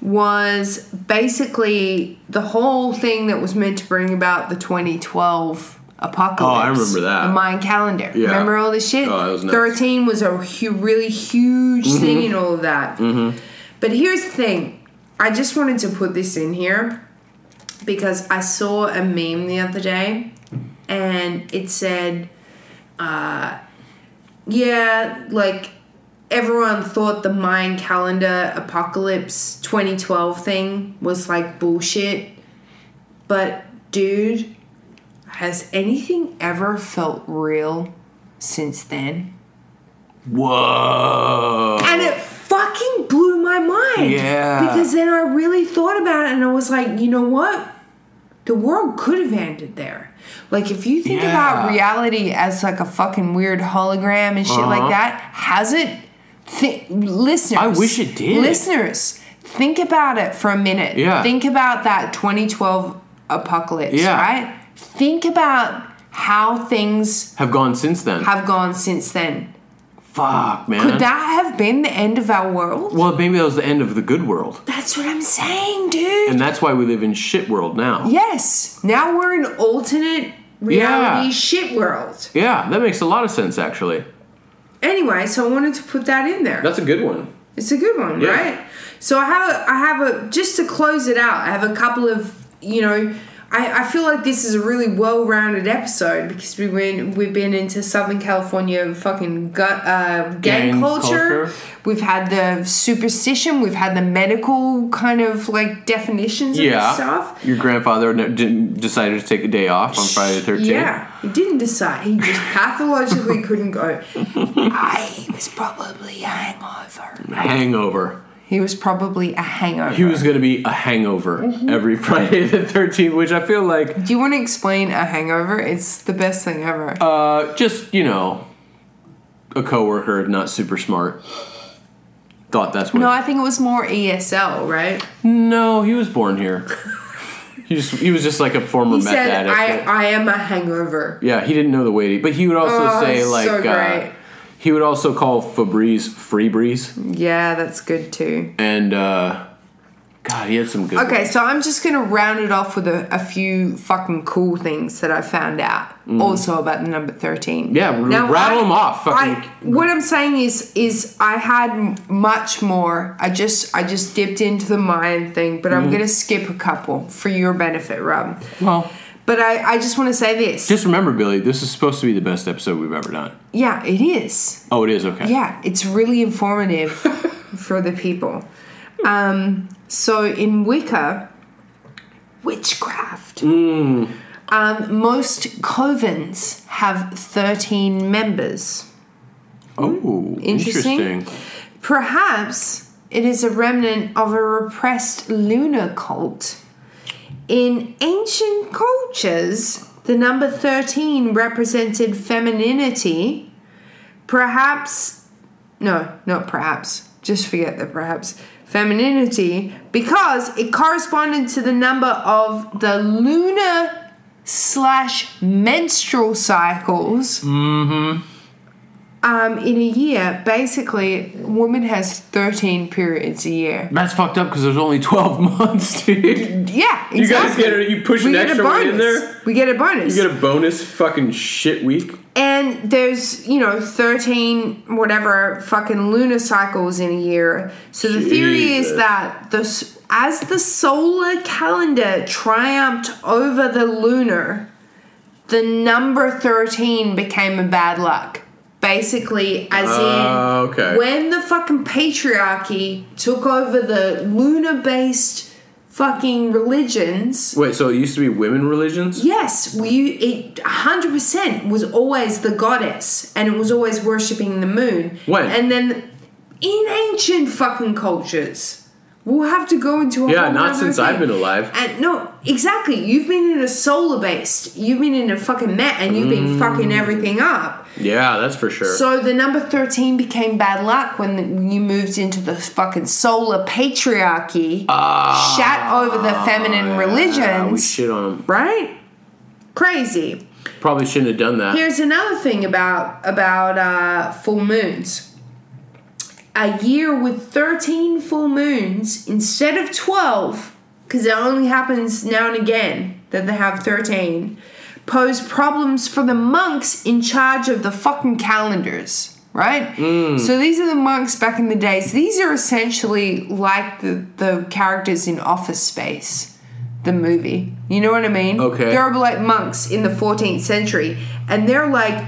Speaker 2: was basically the whole thing that was meant to bring about the 2012 apocalypse. Oh,
Speaker 1: remember that.
Speaker 2: The mine calendar.
Speaker 1: Yeah.
Speaker 2: Remember all this shit?
Speaker 1: Oh, that was nuts. Mm-hmm.
Speaker 2: 13 was a hu- really huge thing in all of that. But here's the thing I just wanted to put this in here because I saw a meme the other day and it said, uh, yeah, like everyone thought the Mayan calendar apocalypse 2012 thing was like bullshit. But dude, has anything ever felt real since then?
Speaker 1: Whoa.
Speaker 2: And it fucking blew my mind.
Speaker 1: Yeah.
Speaker 2: Because then I really thought about it and I was like, you know what? The world could have ended there. Like if you think
Speaker 1: Yeah.
Speaker 2: about reality as like a fucking weird hologram and shit
Speaker 1: Uh-huh.
Speaker 2: like that, has it thi- listeners
Speaker 1: I wish it did.
Speaker 2: Listeners, think about it for a minute.
Speaker 1: Yeah.
Speaker 2: Think about that 2012 apocalypse,
Speaker 1: Yeah.
Speaker 2: right? Think about how things
Speaker 1: Have gone since then.
Speaker 2: have gone since then.
Speaker 1: Fuck man.
Speaker 2: Could that have been the end of our world?
Speaker 1: well, maybe that was the end of the good world,
Speaker 2: That's what I'm saying, dude.
Speaker 1: and that's why we live in shit world now.
Speaker 2: yes. Now we're in alternate reality
Speaker 1: Yeah.
Speaker 2: shit world.
Speaker 1: Yeah, that makes a lot of sense actually.
Speaker 2: Anyway, so I wanted to put that in there.
Speaker 1: That's a good one.
Speaker 2: It's a good one,
Speaker 1: Yeah.
Speaker 2: right? So I have a, I have a just to close it out. I have a couple of you know. I, I feel like this is a really well-rounded episode because we went, we've been into Southern California fucking gut, uh, gang,
Speaker 1: Gang
Speaker 2: culture.
Speaker 1: culture.
Speaker 2: We've had the superstition. We've had the medical kind of like definitions of
Speaker 1: Yeah.
Speaker 2: stuff.
Speaker 1: Your grandfather ne- didn't, decided to take a day off on Friday the 13th.
Speaker 2: Yeah, he didn't decide. He just pathologically couldn't go. I was probably a hangover.
Speaker 1: Hangover.
Speaker 2: He was probably a hangover.
Speaker 1: He was going to be a hangover
Speaker 2: Mm-hmm.
Speaker 1: every Friday the 13th, which I feel like
Speaker 2: Do you want to explain a hangover? It's the best thing ever.
Speaker 1: uh, just, you know, a coworker not super smart thought that's what.
Speaker 2: no, I think it was more ESL, right?
Speaker 1: No, he was born here. he, just, he was just like a former
Speaker 2: He
Speaker 1: meth
Speaker 2: said,
Speaker 1: addict.
Speaker 2: I, I am a hangover.
Speaker 1: yeah, he didn't know the weighty, but he would also
Speaker 2: Oh,
Speaker 1: say
Speaker 2: so
Speaker 1: like uh,
Speaker 2: great.
Speaker 1: he would also call Febreze Free Breeze,
Speaker 2: Yeah, that's good too.
Speaker 1: and uh, God, he had some good.
Speaker 2: Okay, so I'm just going to round it off with a, a few fucking cool things that I found out also about the number 13.
Speaker 1: Mm. Yeah, r- rattle 'em off, fucking-
Speaker 2: I- what I'm saying is is I had m- much more. I just I just dipped into the Mayan thing, but
Speaker 1: Mm.
Speaker 2: I'm going to skip a couple for your benefit, Rob.
Speaker 1: Well,
Speaker 2: But I, I just want to say this.
Speaker 1: just remember, Billy, this is supposed to be the best episode we've ever done.
Speaker 2: Yeah, it is.
Speaker 1: Oh, it is okay.
Speaker 2: Yeah, it's really informative for the people. Um, so in Wicca, witchcraft, um, most covens have 13 members.
Speaker 1: Oh,
Speaker 2: Interesting.
Speaker 1: interesting.
Speaker 2: Perhaps it is a remnant of a repressed lunar cult. In ancient cultures, the number 13 represented femininity. Perhaps, no, not perhaps, just forget the perhaps, femininity, because it corresponded to the number of the lunar slash menstrual cycles um, in a year, basically, a woman has 13 periods a year.
Speaker 1: That's fucked up because there's only 12 months, dude.
Speaker 2: Yeah, exactly.
Speaker 1: You guys get it. You push an
Speaker 2: get a
Speaker 1: extra one in
Speaker 2: bonus.
Speaker 1: there.
Speaker 2: We get a bonus.
Speaker 1: You get a bonus fucking shit week.
Speaker 2: and there's, you know, 13 whatever fucking lunar cycles in a year. So the theory is
Speaker 1: Jesus.
Speaker 2: that the s- As the solar calendar triumphed over the lunar, the number 13 became a bad luck. Basically, as
Speaker 1: Ah,
Speaker 2: in
Speaker 1: okay.
Speaker 2: when the fucking patriarchy took over the lunar based fucking religions.
Speaker 1: Wait, so it used to be women religions?
Speaker 2: Yes, we it 100% was always the goddess and it was always worshipping the moon.
Speaker 1: When?
Speaker 2: And then in ancient fucking cultures. We'll have to go into a
Speaker 1: Yeah,
Speaker 2: whole
Speaker 1: not
Speaker 2: nother
Speaker 1: since
Speaker 2: thing.
Speaker 1: I've been alive.
Speaker 2: And no, exactly. You've been in a solar based. You've been in a fucking met and you've been
Speaker 1: Mm.
Speaker 2: fucking everything up.
Speaker 1: Yeah, that's for sure.
Speaker 2: So the number 13 became bad luck when the, when you moved into the fucking solar patriarchy. shat over the feminine
Speaker 1: Ah, Yeah, we
Speaker 2: religions
Speaker 1: shit on 'em.
Speaker 2: right? Crazy.
Speaker 1: Probably shouldn't have done that.
Speaker 2: Here's another thing about about uh, full moons. A year with 13 full moons instead of 12, because it only happens now and again that they have 13, pose problems for the monks in charge of the fucking calendars, right? So these are the monks back in the days. These are essentially like the, the characters in Office Space, the movie. You know what I mean?
Speaker 1: Okay.
Speaker 2: They're were, like monks in the 14th century, and they're like,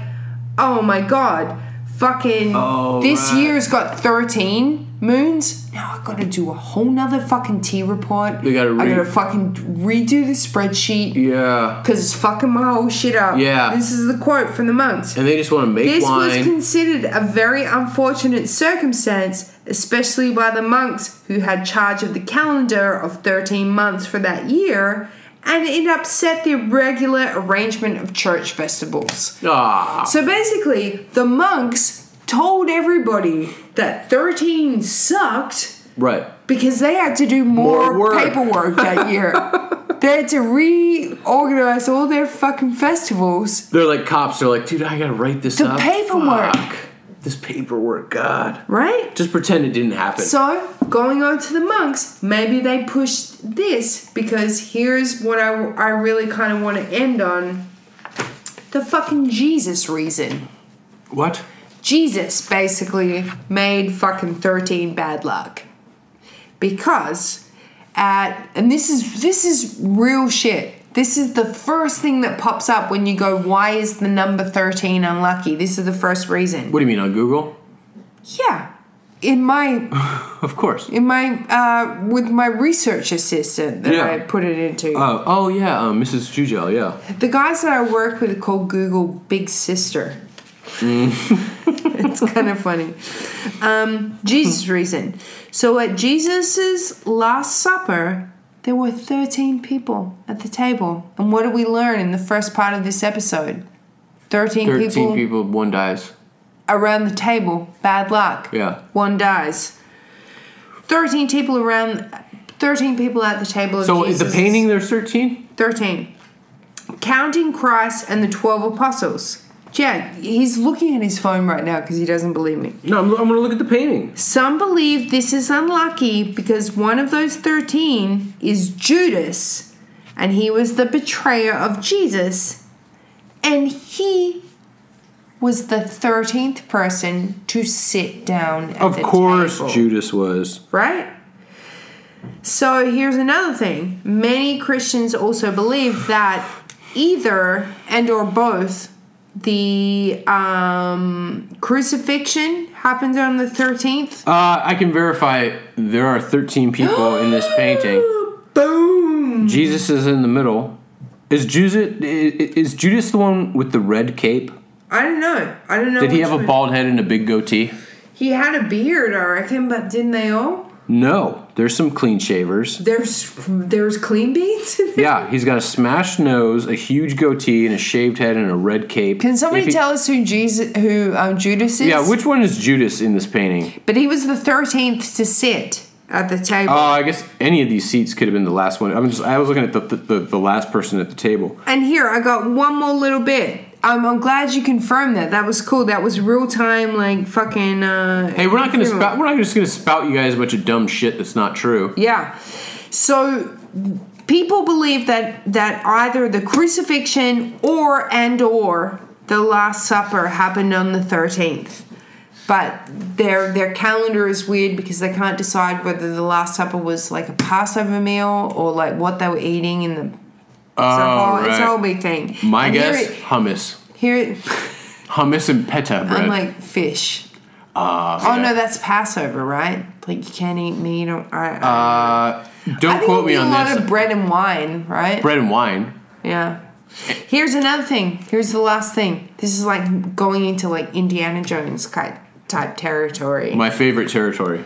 Speaker 2: oh my god, fucking
Speaker 1: Oh,
Speaker 2: this
Speaker 1: right.
Speaker 2: year's got 13 moons. Now I gotta do a whole nother fucking tea report.
Speaker 1: You gotta
Speaker 2: I
Speaker 1: re-
Speaker 2: gotta fucking redo the spreadsheet
Speaker 1: Yeah.
Speaker 2: because it's fucking my whole shit up.
Speaker 1: Yeah.
Speaker 2: This is the quote from the monks.
Speaker 1: And they just want to make
Speaker 2: This was
Speaker 1: wine.
Speaker 2: considered a very unfortunate circumstance, especially by the monks who had charge of the calendar of 13 months for that year, and it upset the regular arrangement of church festivals.
Speaker 1: ah.
Speaker 2: So basically, the monks told everybody that 13 sucked
Speaker 1: Right.
Speaker 2: because they had to do more,
Speaker 1: More work.
Speaker 2: paperwork that year. they had to reorganize all their fucking festivals
Speaker 1: They're like cops. They're like, dude, I gotta write this
Speaker 2: The
Speaker 1: up.
Speaker 2: paperwork.
Speaker 1: Fuck. This paperwork, God.
Speaker 2: Right?
Speaker 1: Just pretend it didn't happen.
Speaker 2: So, going on to the monks, maybe they pushed this because here's what I, I really kind of want to end on the fucking Jesus reason.
Speaker 1: what?
Speaker 2: Jesus basically made fucking 13 bad luck. Because at and this is this is real shit. This is the first thing that pops up when you go why is the number 13 unlucky? This is the first reason.
Speaker 1: What do you mean on Google?
Speaker 2: Yeah. In my
Speaker 1: Of course.
Speaker 2: in my uh, with my research assistant that
Speaker 1: Yeah.
Speaker 2: I put it into.
Speaker 1: Uh, oh yeah, um, Mrs. Jujel. Yeah.
Speaker 2: the guys that I work with call Google Big Sister.
Speaker 1: Mm.
Speaker 2: it's kind of funny. Um, Jesus' reason. So at Jesus' Last Supper, there were 13 people at the table. And what did we learn in the first part of this episode? 13,
Speaker 1: Thirteen
Speaker 2: people,
Speaker 1: people, one dies.
Speaker 2: around the table. Bad luck.
Speaker 1: Yeah.
Speaker 2: One dies. 13 people around 13 people at the table of
Speaker 1: So is
Speaker 2: Oh, Jesus.
Speaker 1: the painting there's thirteen?
Speaker 2: 13. Counting Christ and the 12 apostles. Yeah, he's looking at his phone right now because he doesn't believe me.
Speaker 1: No, I'm, I'm gonna look at the painting.
Speaker 2: Some believe this is unlucky because one of those 13 is Judas, and he was the betrayer of Jesus, and he was the 13th person to sit down at
Speaker 1: Of
Speaker 2: the
Speaker 1: course,
Speaker 2: table
Speaker 1: Judas was.
Speaker 2: right? So here's another thing. Many Christians also believe that either and or both the um, crucifixion happened on the 13th.
Speaker 1: Uh, I can verify there are thirteen people in this painting.
Speaker 2: Boom!
Speaker 1: Jesus is in the middle. Is Judas is Judas the one with the red cape?
Speaker 2: I don't know. I don't know.
Speaker 1: Did he
Speaker 2: which
Speaker 1: have a
Speaker 2: one.
Speaker 1: bald head and a big goatee?
Speaker 2: He had a beard, I reckon, but didn't they all?
Speaker 1: No, there's some clean shavers.
Speaker 2: There's there's clean beats. in there?
Speaker 1: Yeah, he's got a smashed nose, a huge goatee, and a shaved head and a red cape.
Speaker 2: Can
Speaker 1: If
Speaker 2: somebody
Speaker 1: he-
Speaker 2: tell us who Jesus, who um, Judas is?
Speaker 1: Yeah, which one is Judas in this painting?
Speaker 2: but he was the 13th to sit at the table.
Speaker 1: Oh, I guess any of these seats could have been the last one. I'm just I was looking at the the, the, the last person at the table.
Speaker 2: And here, I got one more little bit. I'm, I'm glad you confirmed that. That was cool. That was real time, like fucking. Uh,
Speaker 1: Hey, we're not gonna
Speaker 2: humour.
Speaker 1: spout. We're not just gonna spout you guys a bunch of dumb shit that's not true.
Speaker 2: Yeah. So people believe that that either the crucifixion or and or the Last Supper happened on the 13th. but their their calendar is weird because they can't decide whether the Last Supper was like a Passover meal or like what they were eating in the. It's, a, whole, it's a
Speaker 1: Oh, right.
Speaker 2: whole big thing.
Speaker 1: My
Speaker 2: And
Speaker 1: guess,
Speaker 2: Here, it-
Speaker 1: hummus.
Speaker 2: here it,
Speaker 1: Hummus and pita bread.
Speaker 2: I'm like fish.
Speaker 1: Ah,
Speaker 2: Oh
Speaker 1: yeah.
Speaker 2: no, that's Passover, right? Like you can't eat meat. Or, I, I-
Speaker 1: Uh,
Speaker 2: I
Speaker 1: don't
Speaker 2: think
Speaker 1: quote
Speaker 2: it'd be
Speaker 1: me
Speaker 2: a
Speaker 1: on
Speaker 2: lot
Speaker 1: this.
Speaker 2: of bread and wine, right?
Speaker 1: bread and wine.
Speaker 2: Yeah. Here's another thing. Here's the last thing. This is like going into like Indiana Jones type type territory.
Speaker 1: My favorite territory.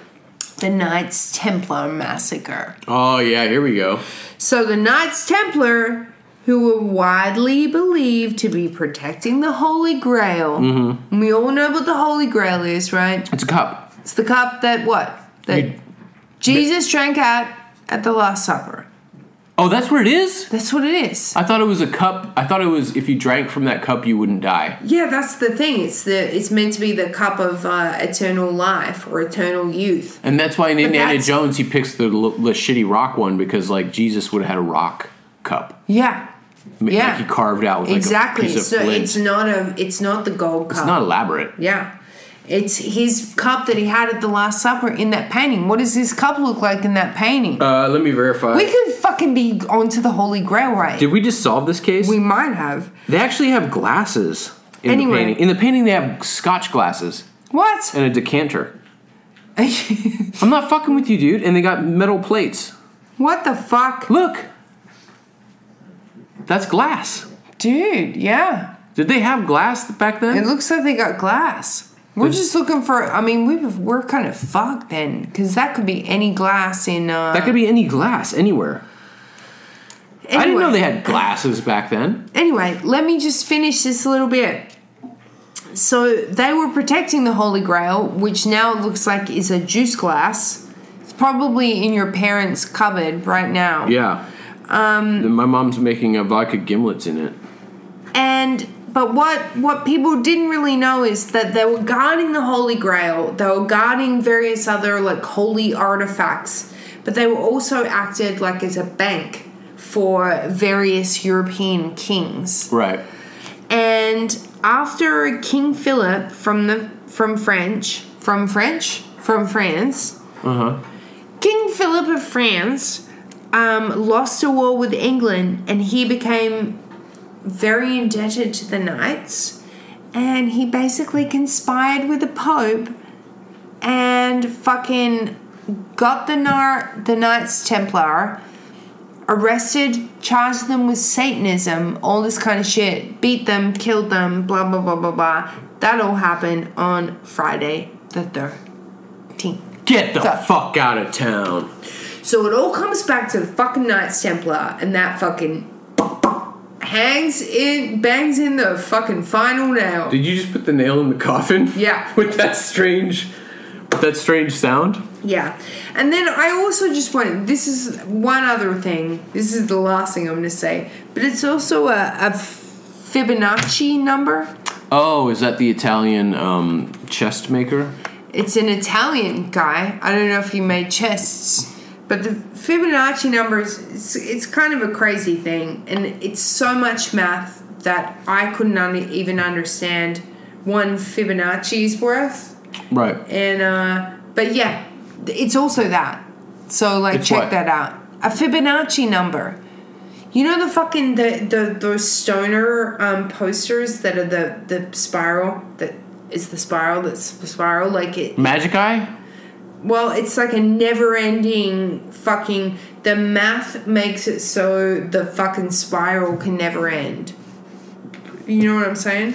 Speaker 2: the Knights Templar massacre.
Speaker 1: Oh yeah, here we go.
Speaker 2: So the Knights Templar, who were widely believed to be protecting the Holy Grail, mm-hmm. we all know what the Holy Grail is, right?
Speaker 1: It's a cup.
Speaker 2: It's the cup that what that
Speaker 1: You-
Speaker 2: Jesus drank at at the Last Supper.
Speaker 1: Oh, that's what it is.
Speaker 2: That's what it is.
Speaker 1: I thought it was a cup. I thought it was if you drank from that cup, you wouldn't die.
Speaker 2: Yeah, that's the thing. It's the it's meant to be the cup of uh, eternal life or eternal youth.
Speaker 1: And that's why in Indiana
Speaker 2: that's-
Speaker 1: Jones he picks the, l- the shitty rock one because like Jesus would have had a rock cup.
Speaker 2: Yeah,
Speaker 1: M- like
Speaker 2: Yeah.
Speaker 1: he carved out with like
Speaker 2: exactly.
Speaker 1: a piece of
Speaker 2: so
Speaker 1: flint.
Speaker 2: it's not a it's not the gold cup.
Speaker 1: It's not elaborate.
Speaker 2: Yeah. It's his cup that he had at the Last Supper in that painting. What does his cup look like in that painting?
Speaker 1: Uh, let me verify.
Speaker 2: we could fucking be onto the Holy Grail right.
Speaker 1: Did we just solve this case?
Speaker 2: we might have.
Speaker 1: they actually have glasses in
Speaker 2: Anyway.
Speaker 1: the painting. In the painting, they have Scotch glasses
Speaker 2: What?
Speaker 1: and a decanter. Uh,
Speaker 2: what
Speaker 1: I'm not fucking with you, dude. And they got metal plates.
Speaker 2: the fuck?
Speaker 1: Look, that's glass.
Speaker 2: Dude, yeah.
Speaker 1: Did they have glass back
Speaker 2: It
Speaker 1: then?
Speaker 2: looks like they got glass. We're
Speaker 1: There's-
Speaker 2: just looking for. I mean, we we're kind of fucked then, because that could be any glass in. Uh,
Speaker 1: that could be any glass anywhere. I didn't know
Speaker 2: anyway.
Speaker 1: they had glasses back then.
Speaker 2: Anyway, let me just finish this little bit. So they were protecting the Holy Grail, which now it looks like is a juice glass. It's probably in your parents' cupboard right now.
Speaker 1: Yeah. Um, my mom's making a vodka gimlets in it.
Speaker 2: And but what what people didn't really know is that they were guarding the Holy Grail. They were guarding various other like holy artifacts, but they were also acted like as a bank for various European kings.
Speaker 1: Right.
Speaker 2: and after King Philip from the from French from French from France,
Speaker 1: Uh huh.
Speaker 2: King Philip of France um, lost a war with England, and he became very indebted to the knights, and he basically conspired with the Pope and fucking got the Nar- the Knights Templar. Arrested, charged them with Satanism, all this kind of shit, beat them, killed them, blah blah blah blah blah. That all happened on Friday the 13th.
Speaker 1: Get the
Speaker 2: The-
Speaker 1: fuck out of town.
Speaker 2: So it all comes back to the fucking Knights Templar and that fucking hangs in bangs in the fucking final nail.
Speaker 1: Did you just put the nail in the coffin?
Speaker 2: Yeah.
Speaker 1: With that strange, with that strange sound.
Speaker 2: Yeah. And then I also just want this is one other thing. This is the last thing I'm gonna say. But it's also a, a Fibonacci number.
Speaker 1: Oh, is that the Italian um, chest maker?
Speaker 2: It's an Italian guy. I don't know if he made chests, but the Fibonacci numbers, it's, it's kind of a crazy thing. And it's so much math that I couldn't un- even understand one Fibonacci's worth.
Speaker 1: Right.
Speaker 2: And, uh, but yeah, it's also that. So, like,
Speaker 1: It's
Speaker 2: check
Speaker 1: what?
Speaker 2: that out. A Fibonacci number. You know the fucking the, the those stoner um, posters that are the the spiral that is the spiral that's the spiral like it
Speaker 1: Magic Eye?
Speaker 2: well, it's like a never ending fucking. The math makes it so the fucking spiral can never end. You know what I'm saying?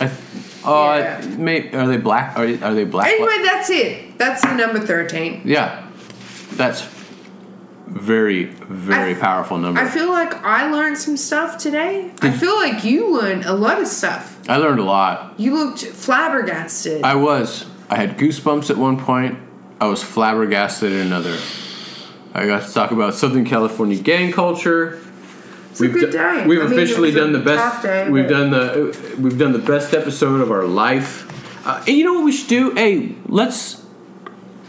Speaker 1: I th- uh,
Speaker 2: Yeah.
Speaker 1: may- are they black? Are, are they black?
Speaker 2: Anyway, that's it. That's the number 13.
Speaker 1: Yeah. That's very, very
Speaker 2: I-
Speaker 1: powerful number.
Speaker 2: I
Speaker 1: I,
Speaker 2: feel like I learned some stuff today. I feel like you learned a lot of stuff.
Speaker 1: learned a lot.
Speaker 2: You looked flabbergasted.
Speaker 1: I was. I had goosebumps at one point. I was flabbergasted at another. I got to talk about Southern California gang culture.
Speaker 2: It's a good
Speaker 1: do-
Speaker 2: day.
Speaker 1: We've
Speaker 2: I mean,
Speaker 1: officially
Speaker 2: it was a
Speaker 1: done the
Speaker 2: tough
Speaker 1: best.
Speaker 2: day,
Speaker 1: we've
Speaker 2: but-
Speaker 1: done the we've done Uh, the best episode of our life. Uh, and you know what we should do? Hey, let's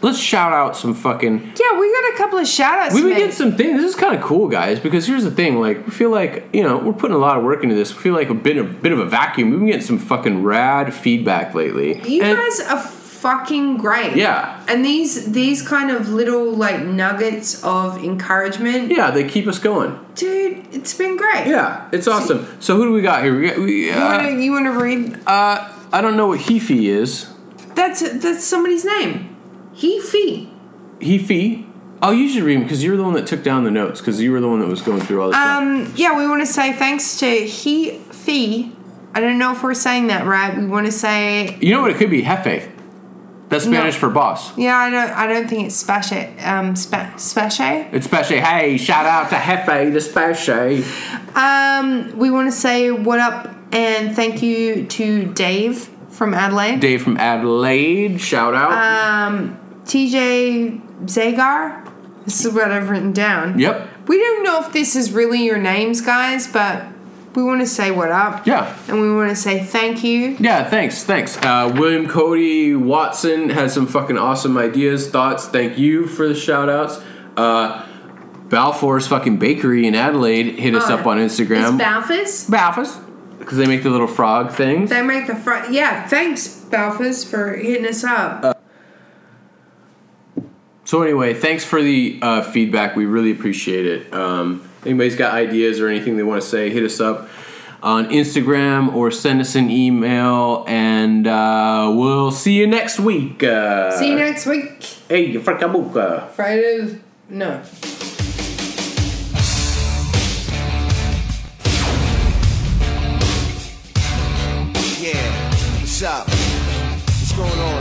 Speaker 1: let's shout out some fucking.
Speaker 2: Yeah, we got a couple of shout outs.
Speaker 1: We would get some things. This is kind of cool, guys, because here's the thing: like, we feel like you know we're putting a lot of work into this. We feel like a bit of bit of a vacuum. We've been getting some fucking rad feedback lately.
Speaker 2: You
Speaker 1: And-
Speaker 2: guys are fucking great.
Speaker 1: Yeah.
Speaker 2: And these these kind of little like nuggets of encouragement,
Speaker 1: yeah, they keep us going.
Speaker 2: dude, it's been great.
Speaker 1: Yeah, it's awesome. So who do we got here? We got, we,
Speaker 2: You wanna,
Speaker 1: uh,
Speaker 2: you wanna read?
Speaker 1: uh, I don't know what Hefe is.
Speaker 2: That's that's somebody's name. He fee.
Speaker 1: Hefe. Oh, you should read him because you were the one that took down the notes because you were the one that was going through all this. stuff.
Speaker 2: Um, yeah, we want to say thanks to he fee. I don't know if we're saying that right. We want to say
Speaker 1: You know what? It could be Hefe. That's Spanish for boss.
Speaker 2: yeah. I don't. I don't think it's spache. Um, spa, spache.
Speaker 1: It's Spashe. Hey, shout out to Hefe, the Spashe.
Speaker 2: Um, we want to say what up and thank you to Dave from Adelaide.
Speaker 1: Dave from Adelaide. Shout out.
Speaker 2: um, TJ Zagar. This is what I've written down.
Speaker 1: yep.
Speaker 2: We don't know if this is really your names, guys, but we want to say what up.
Speaker 1: Yeah.
Speaker 2: And we want to say thank you.
Speaker 1: Yeah, thanks, thanks. Uh, William Cody Watson has some fucking awesome ideas, thoughts. Thank you for the shout outs. Uh, Balfour's fucking bakery in Adelaide hit us
Speaker 2: Oh,
Speaker 1: up on
Speaker 2: It's
Speaker 1: Instagram.
Speaker 2: Balfour's.
Speaker 1: Balfour's? Because they make the little frog things.
Speaker 2: They make the front. Yeah, thanks, Balfour's, for hitting us up.
Speaker 1: Uh, So, anyway, thanks for the uh, feedback. We really appreciate it. Um, anybody's got ideas or anything they want to say, hit us up on Instagram or send us an email, and uh, we'll see you next week. Uh,
Speaker 2: See you next week.
Speaker 1: Hey, you fucking book.
Speaker 2: Friday. No.
Speaker 3: Yeah, what's up? What's going on?